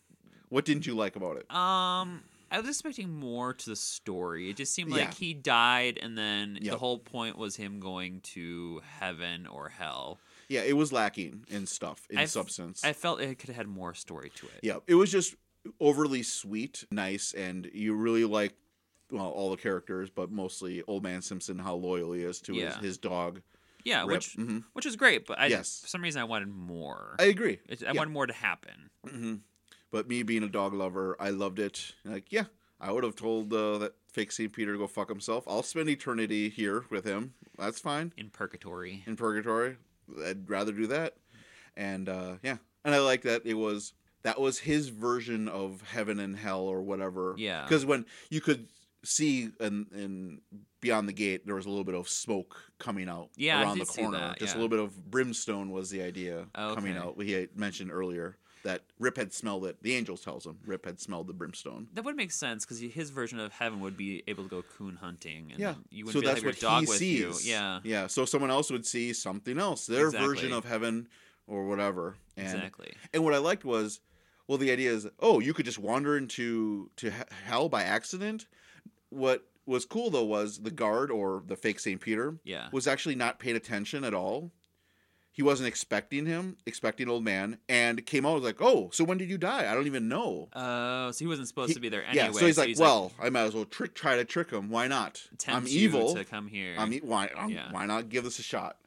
What didn't you like about it? um. I was expecting more to the story. It just seemed Yeah. like he died, and then the Yep. whole point was him going to heaven or hell. Yeah, it was lacking in stuff, in I f- substance. I felt it could have had more story to it. Yeah, it was just overly sweet, nice, and you really like well all the characters, but mostly Old Man Simpson, how loyal he is to Yeah. his, his dog. Yeah, Rip. which Mhm. which is great, but I Yes. for some reason I wanted more. I agree. It's- I yeah. wanted more to happen. Mhm. But me being a dog lover, I loved it. Like, yeah, I would have told uh, that fake Saint Peter to go fuck himself. I'll spend eternity here with him. That's fine in purgatory. in purgatory. I'd rather do that. And uh, yeah, and I like that it was that was his version of heaven and hell or whatever. Yeah. because when you could see and and beyond the gate, there was a little bit of smoke coming out. Yeah, I around did the see corner, that, just a yeah. little bit of brimstone was the idea Okay. coming out. We had mentioned earlier that Rip had smelled it. The angel tells him Rip had smelled the brimstone. That would make sense because his version of heaven would be able to go coon hunting, and Yeah, then you wouldn't so be able that's to what have your dog he with sees. you. Yeah, yeah. So someone else would see something else, their version Exactly. of heaven or whatever. And exactly. And what I liked was, well, the idea is, oh, you could just wander into to he- hell by accident. What was cool though was the guard or the fake Saint Peter Yeah, was actually not paying attention at all. He wasn't expecting him, expecting old man, and came out was like, oh, so when did you die? I don't even know. uh, so he wasn't supposed He- to be there anyway. yeah, so he's like, well, I might as well trick, try to trick him. Why not? I'm tempt you evil. to come here. I'm e- why I'm, Yeah. why not give this a shot?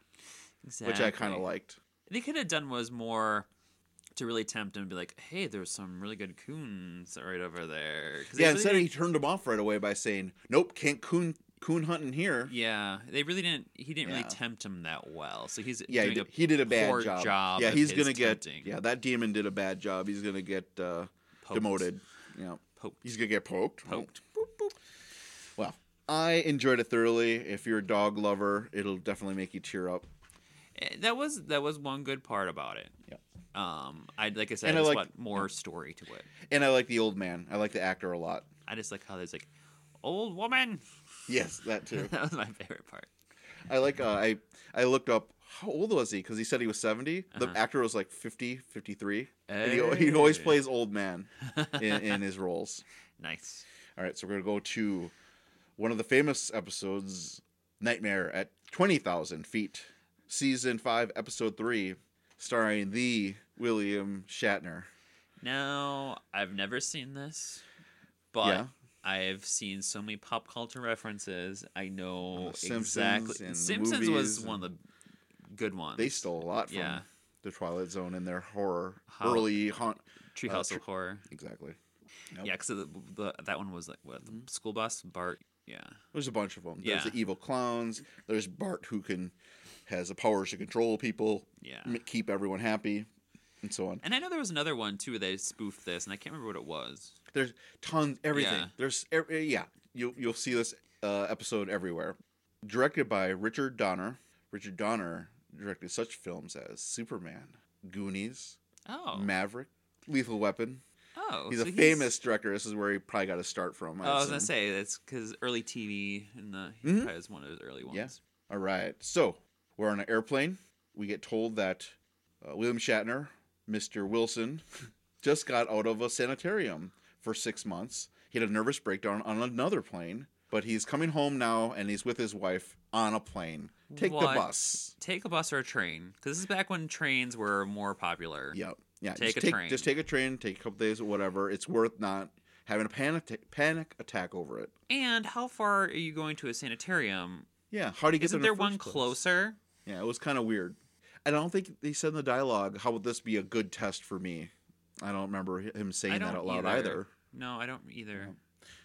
exactly. Which I kind of liked. They could have done was more to really tempt him and be like, hey, there's some really good coons right over there. 'Cause they Yeah, really instead didn't- he turned him off right away by saying, "Nope, can't coon coon hunting here. Yeah, they really didn't. He didn't Yeah. really tempt him that well. So he's Yeah, he doing did, he did a poor bad job. job Yeah, of he's his gonna get. tempting. Yeah, that demon did a bad job. He's gonna get uh, a poked- demoted. Yeah, Poked. he's gonna get poked. Poked. Well, I enjoyed it thoroughly. If you're a dog lover, it'll definitely make you cheer up. Eh, That was that was one good part about it. Yep. Um, I like I said, And I I just like- want more story to it. And I like the old man. I like the actor a lot. I just like how there's like old woman. Yes, that too. that was my favorite part. I like. Uh, I I looked up how old was he because he said he was 70 Uh-huh. The actor was like 50, 53. And he, al- he always Hey. plays old man in, in his roles. Nice. All right, so we're gonna go to one of the famous episodes, "Nightmare at Twenty Thousand Feet," season five, episode three, starring the William Shatner. Now I've never seen this, but Yeah. I've seen so many pop culture references. I know The Uh, Simpsons exactly. and Simpsons was movies one of the good ones. They stole a lot from Yeah. the Twilight Zone and their horror How- early haunt. Treehouse uh, Oh. of Horror. Exactly, Nope. Yeah, because the, the, that one was like what the Mm-hmm. school bus Bart. Yeah, there's a bunch of them. Yeah. There's the evil clowns. There's Bart who can has the powers to control people, yeah. m- keep everyone happy, and so on. And I know there was another one too where they spoofed this, and I can't remember what it was. There's tons, everything. Yeah. There's ev- eh, yeah, you you'll see this uh, episode everywhere. Directed by Richard Donner. Richard Donner directed such films as Superman, Goonies, Oh, Maverick, Lethal Weapon. oh, He's so a famous director. This is where he probably got his start from. Oh, I was gonna assume. say that's because early TV and the he Mhm. probably was one of those early ones. Yeah. All right. So we're on an airplane. We get told that uh, William Shatner, Mr. Wilson, just got out of a sanitarium for six months. He had a nervous breakdown on another plane, but he's coming home now and he's with his wife on a plane. Take What? the bus. Take a bus or a train because this is back when trains were more popular. Yeah. Yeah. Take just a train. Just take a train, take a couple days, whatever. It's worth not having a panic, panic attack over it. And how far are you going to a sanitarium? Yeah. How do you get Isn't there there in the one first place? closer? Yeah, it was kind of weird. And I don't think they said in the dialogue, "How would this be a good test for me?" I don't remember hi- him saying that don't out loud either. either. No, I don't either.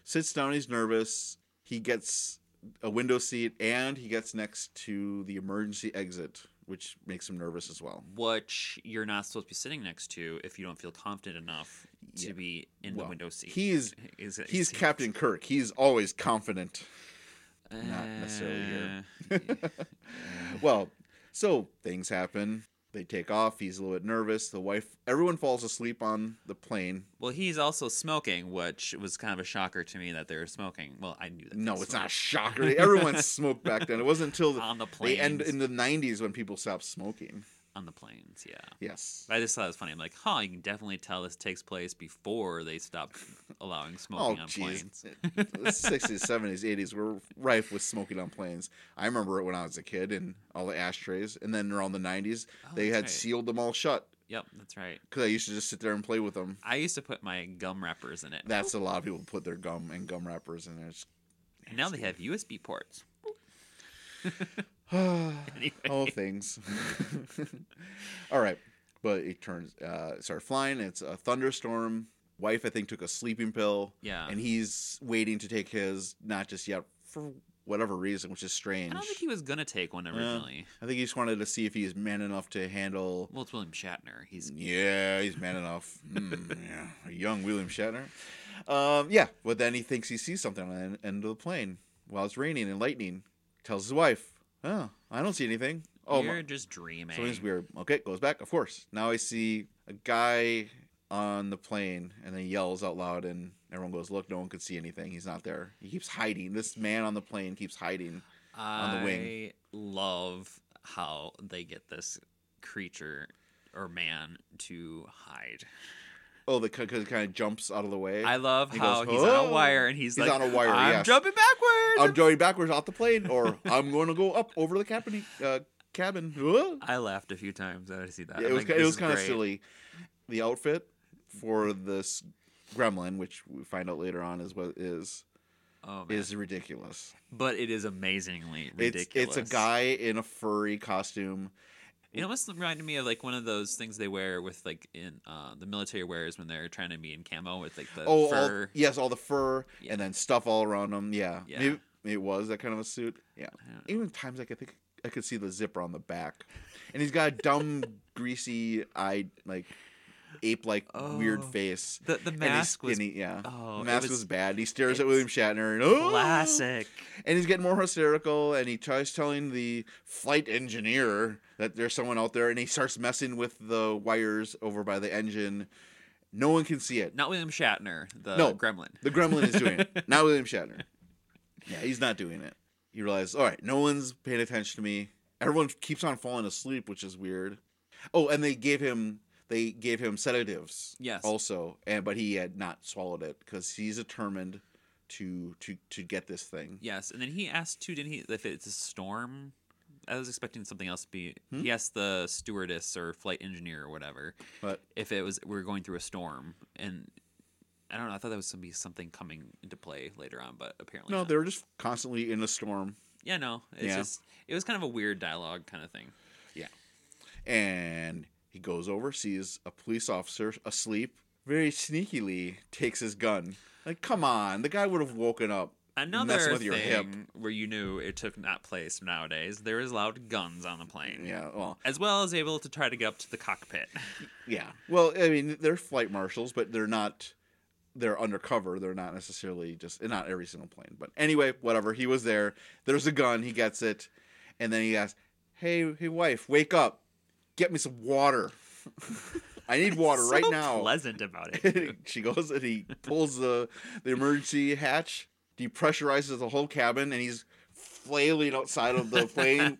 Sits down, he's nervous. He gets a window seat, and he gets next to the emergency exit, which makes him nervous as well. Which you're not supposed to be sitting next to if you don't feel confident enough to Yeah. be in Well, the window seat. He's Is- is- he's Captain Kirk. He's always confident. not necessarily Eh. here. Well, so things happen. They take off. He's a little bit nervous. The wife, everyone falls asleep on the plane. well, he's also smoking, which was kind of a shocker to me that they were smoking. Well, I knew that. they No, it's not a smoked. shocker. Everyone smoked back then. It wasn't until the, on the They planes. end in the 90s when people stopped smoking. on the planes, yeah. Yes. I just thought it was funny. I'm like, huh, you can definitely tell this takes place before they stopped allowing Oh, smoking on jeez. planes. the 60s, 70s, 80s were rife with smoking on planes. I remember it when I was a kid and all the ashtrays. And then around the 90s, Oh, they that's had right. sealed them all shut Yep, that's right. because I used to just sit there and play with them. I used to put my gum wrappers in it. That's a lot of people put their gum and gum wrappers in there. It's- and now they have USB ports. all things. all right. But it turns, uh, it started flying. It's a thunderstorm. Wife, I think, took a sleeping pill. Yeah. and he's waiting to take his not just yet for whatever reason, which is strange. I don't think he was going to take one originally. he just wanted to see if he's man enough to handle. Well, it's William Shatner. He's Yeah, he's man enough. Mm, yeah, a young William Shatner. Um, yeah, but then he thinks he sees something on the end of the plane while it's raining and lightning. Tells his wife, "Oh, I don't see anything." Oh, my- you're just dreaming. Something's weird. Okay, goes back. Of course. Now I see a guy on the plane, and then yells out loud, and everyone goes, "Look! No one could see anything. He's not there. He keeps hiding. This man on the plane keeps hiding." on the wing. love how they get this creature or man to hide. Oh, the because it kind of jumps out of the way. I love He how goes, he's on "Oh." a wire and he's, He's like, on a wire, I'm yes. jumping backwards. am going backwards off the plane, or I'm going to go up over the cabin. Uh, cabin. Whoa. I laughed a few times when I see that. Yeah, it I'm was ki- like, it this was is kind of great. silly. The outfit for this gremlin, which we find out later on, is what is Oh, man. is ridiculous. but it is amazingly It's ridiculous. it's a guy in a furry costume. It almost reminded me of like one of those things they wear with like in uh, the military wears when they're trying to be in camo with like the oh, all- fur. yes, all the fur Yeah. and then stuff all around them. Yeah, Yeah. Maybe, It was that kind of a suit. Yeah. I don't know. Even times like I think I could see the zipper on the back, and he's got a dumb, greasy-eyed, like ape-like weird Oh. face. The, the and he's mask was skinny, yeah. oh, the it mask was, was- bad. He stares at it's William Shatner and oh! classic. And he's getting more hysterical, and he tries telling the flight engineer that there's someone out there, and he starts messing with the wires over by the engine. No one can see it. Not William Shatner, the No. gremlin. The gremlin is doing it, not William Shatner. Yeah, he's not doing it. You realize, all right, no one's paying attention to me. Everyone keeps on falling asleep, which is weird. Oh, and they gave him they gave him sedatives. Yes. Also, and but he had not swallowed it because he's determined to to to get this thing. Yes, and then he asked too, didn't he? If it's a storm, I was expecting something else to be. Hmm? He asked the stewardess or flight engineer or whatever But if it was we are going through a storm, and I don't know. I thought that was gonna be something coming into play later on, but apparently no, not. they were just constantly in a storm. yeah, no. It's Yeah. just it was kind of a weird dialogue kind of thing. and he goes over, sees a police officer asleep, very sneakily takes his gun. Like, come on, the guy would have woken up. Another with thing your hip. where you knew it took not place nowadays. There is loud guns on the plane. Yeah, well, As well as able to try to get up to the cockpit. yeah. Well, I mean, they're flight marshals, but they're not. They're undercover. They're not necessarily just and not every single plane. But anyway, whatever. He was there. There's a gun. He gets it, and then he asks, "Hey, hey, wife, wake up, get me some water. I need water So right now." Pleasant about it. she goes and he pulls the the emergency hatch, depressurizes the whole cabin, and he's flailing outside of the plane.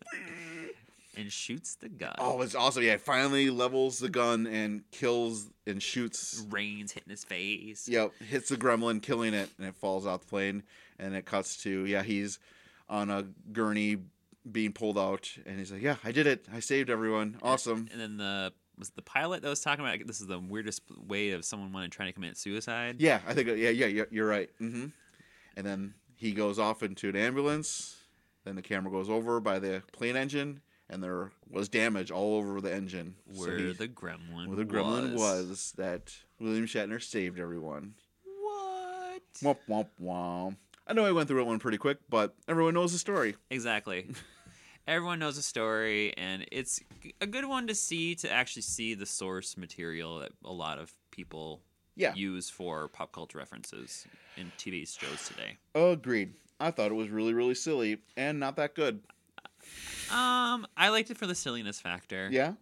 and shoots the gun. oh, it's awesome! Yeah, finally levels the gun and kills and shoots. rains hitting his face. Yep, hits the gremlin, killing it, and it falls out the plane. And it cuts to yeah, he's on a gurney being pulled out, and he's like, "Yeah, I did it! I saved everyone! Awesome!" And then the was it the pilot that was talking about. This is the weirdest way of someone wanting trying to commit suicide. Yeah, I think yeah, yeah, yeah you're right. hmm And then he goes off into an ambulance. Then the camera goes over by the plane engine, and there was damage all over the engine. So Where he- the gremlin. where the gremlin was. was. that William Shatner saved everyone. What? Womp womp womp. I know I went through that one pretty quick, but everyone knows the story. Exactly. Everyone knows the story, and it's a good one to see to actually see the source material that a lot of people Yeah, use for pop culture references in TV shows today. agreed. I thought it was really, really silly and not that good. Um, I liked it for the silliness factor. Yeah,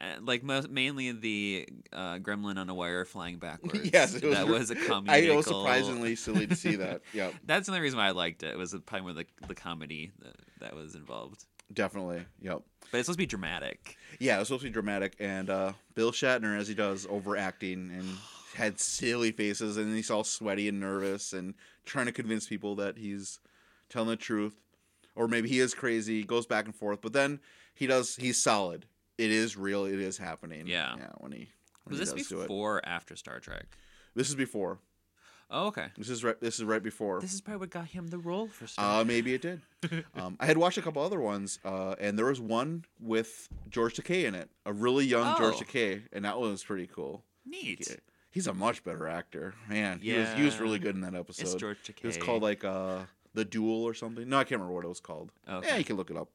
Uh, like mo- mainly the uh, gremlin on a wire flying backwards. yes, it was. that was a comedy. I it was vehicle. surprisingly silly to see that. Yeah, That's the only reason why I liked it. Was the time with the the comedy that, that was involved, definitely. Yep. but it's supposed to be dramatic. Yeah, it was supposed to be dramatic, and uh, Bill Shatner, as he does, overacting and had silly faces, and he's all sweaty and nervous, and trying to convince people that he's telling the truth, or maybe he is crazy. Goes back and forth, but then he does. He's solid. It is real. It is happening. Yeah. yeah. When he when Was he this does do it. before or after Star Trek? This is before. Oh, okay. This is right. This is right before. This is probably what got him the role for Star. Uh, maybe it did. um, I had watched a couple other ones, uh, and there was one with George Takei in it, a really young George Oh. Takei, and that one was pretty cool. Neat. Yeah. He's a much better actor, man. He was he was Yeah. really good in that It's episode. George Takei. It was called like uh, the Duel or something. No, I can't remember what it was called. Okay. Yeah, you can look it up.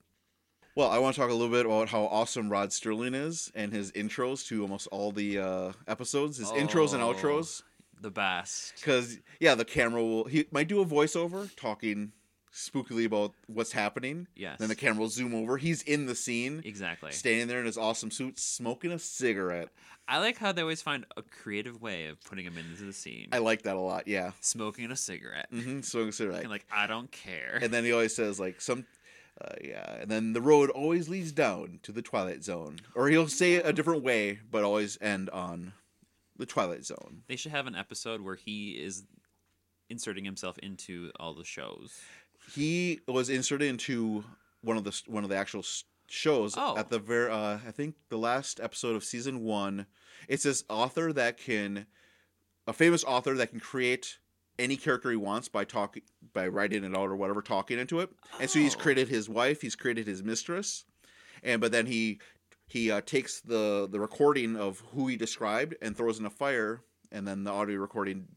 Well, I want to talk a little bit about how awesome Rod Sterling is and his intros to almost all the uh, episodes, his intros and Oh. outros. the best. Because yeah, the camera will he might do a voiceover talking spookily about what's happening. Yes. Then the camera will zoom over. He's in the scene, Exactly. standing there in his awesome suit, smoking a cigarette. I like how they always find a creative way of putting him into the scene. I like that a lot. Yeah. Smoking a cigarette. Mm-hmm, smoking a cigarette. And like, I don't care. and then he always says like some uh, yeah and then the road always leads down to the twilight zone or he'll say it a different way but always end on the twilight zone They should have an episode where he is inserting himself into all the shows. he was inserted into one of the s- one of the actual s- shows Oh. at the very uh, i think the last episode of season one it's this author that can a famous author that can create any character he wants by talking by writing it out or whatever talking into it and so he's Oh. created his wife he's created his mistress and but then he he uh, takes the the recording of who he described and throws in a fire and then the audio recording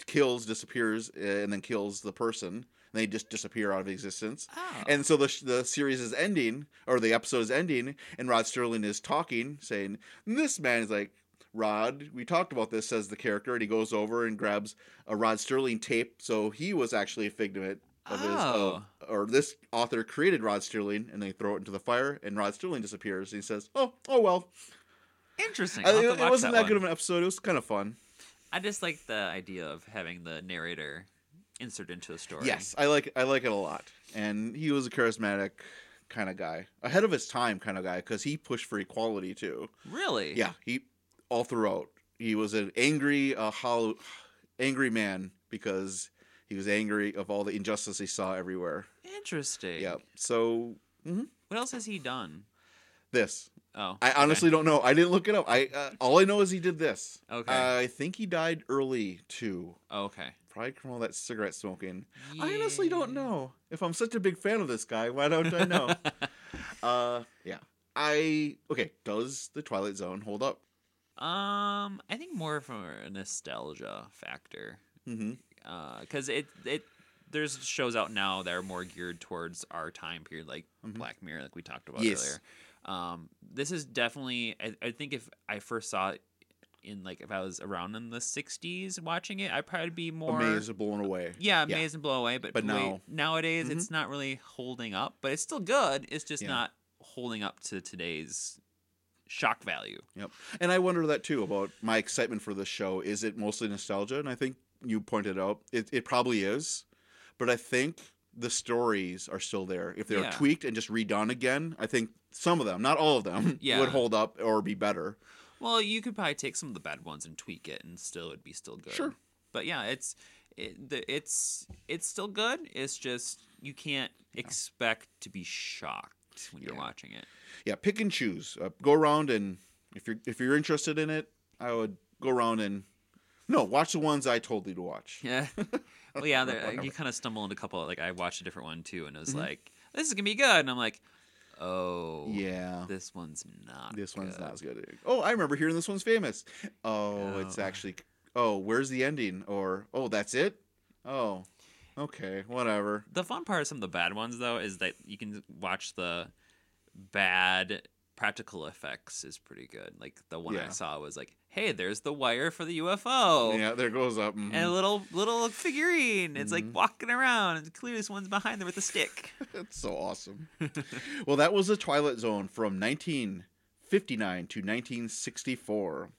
eh, kills disappears uh, and then kills the person they just disappear out of existence. Oh. And so the, sh- the series is ending, or the episode is ending, and Rod Sterling is talking, saying, This man is like, Rod, we talked about this, says the character, and he goes over and grabs a Rod Sterling tape. So he was actually a figment of his, Oh. uh, or this author created Rod Sterling, and they throw it into the fire, and Rod Sterling disappears. And he says, Oh, oh well. Interesting. I, I'll have to it watch wasn't that, one. good of an episode. It was kind of fun. I just like the idea of having the narrator inserted into a story. Yes, I like I like it a lot. And he was a charismatic kind of guy, ahead of his time kind of guy, because he pushed for equality too. Really? Yeah, he all throughout he was an angry, uh, hollow, angry man because he was angry of all the injustice he saw everywhere. Interesting. Yeah. So What else has he done? this, Oh. I okay. honestly don't know. I didn't look it up. I uh, all I know is he did this. Uh, Okay. I think he died early too. Oh, okay. Probably from all that cigarette smoking. I honestly don't know. If I'm such a big fan of this guy, why don't I know? uh, yeah. I okay. Does the Twilight Zone hold up? Um, I think more from a nostalgia factor, Mm-hmm. because Uh, it it there's shows out now that are more geared towards our time period, like Mhm. Black Mirror, like we talked about Yes. earlier. Um, this is definitely. I, I think if I first saw it in like if I was around in the '60s watching it, I'd probably be more Amazed, and blown away. Yeah, Yeah. amazed and blow away, but, But wait, now- Mm-hmm. nowadays it's not really holding up, but it's still good. It's just Yeah. not holding up to today's shock value. Yep. And I wonder that too about my excitement for this show. Is it mostly nostalgia? And I think you pointed out it, it probably is, but I think the stories are still there. If they're Yeah. tweaked and just redone again, I think some of them, not all of them, Yeah. would hold up or be better. Well, you could probably take some of the bad ones and tweak it, and still it'd be still good. Sure. but yeah, it's it, the, it's it's still good. It's just you can't expect to be shocked when you're Yeah. watching it. yeah, pick and choose. Uh, go around and if you're if you're interested in it, I would go around and no, watch the ones I told you to watch. Yeah. well, yeah, there, Whatever. Mm-hmm. you kind of stumble into a couple. Like I watched a different one too, and it was like, "This is gonna be good," and I'm like, "Oh, Yeah. this one's not. This one's good." not as good. Oh, I remember hearing this one's famous. Oh, it's Oh. actually oh, where's the ending? Or oh, that's it? Oh. Okay, whatever. The fun part of some of the bad ones, though, is that you can watch the bad practical effects is pretty good. Like the one I Yeah. saw was like, "Hey, there's the wire for the UFO." Yeah, there goes up. mhm. Oh. And a little little figurine. It's Mhm. like walking around, and clearly someone's behind there with a stick. That's so awesome. well, that was the Twilight Zone from 1959 to 1964.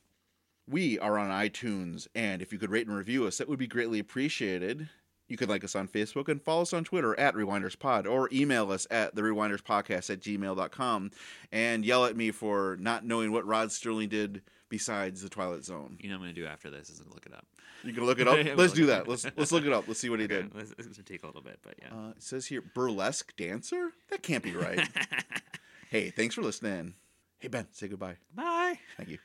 We are on iTunes, and if you could rate and review us, that would be greatly appreciated. You could like us on Facebook and follow us on Twitter at RewindersPod or email us at therewinderspodcast at gmail.com and yell at me for not knowing what Rod Sterling did besides the Twilight Zone. You know, what I'm gonna do after this is look it up. You can look it up. Yeah, we'll Let's do look it that. up. Let's let's look it up. Let's see what he Okay, did. let's- It's gonna take a little bit, but yeah. Uh, it says here burlesque dancer? Uh, That can't be right. Hey, thanks for listening. Hey, Ben, say goodbye. Bye. Thank you.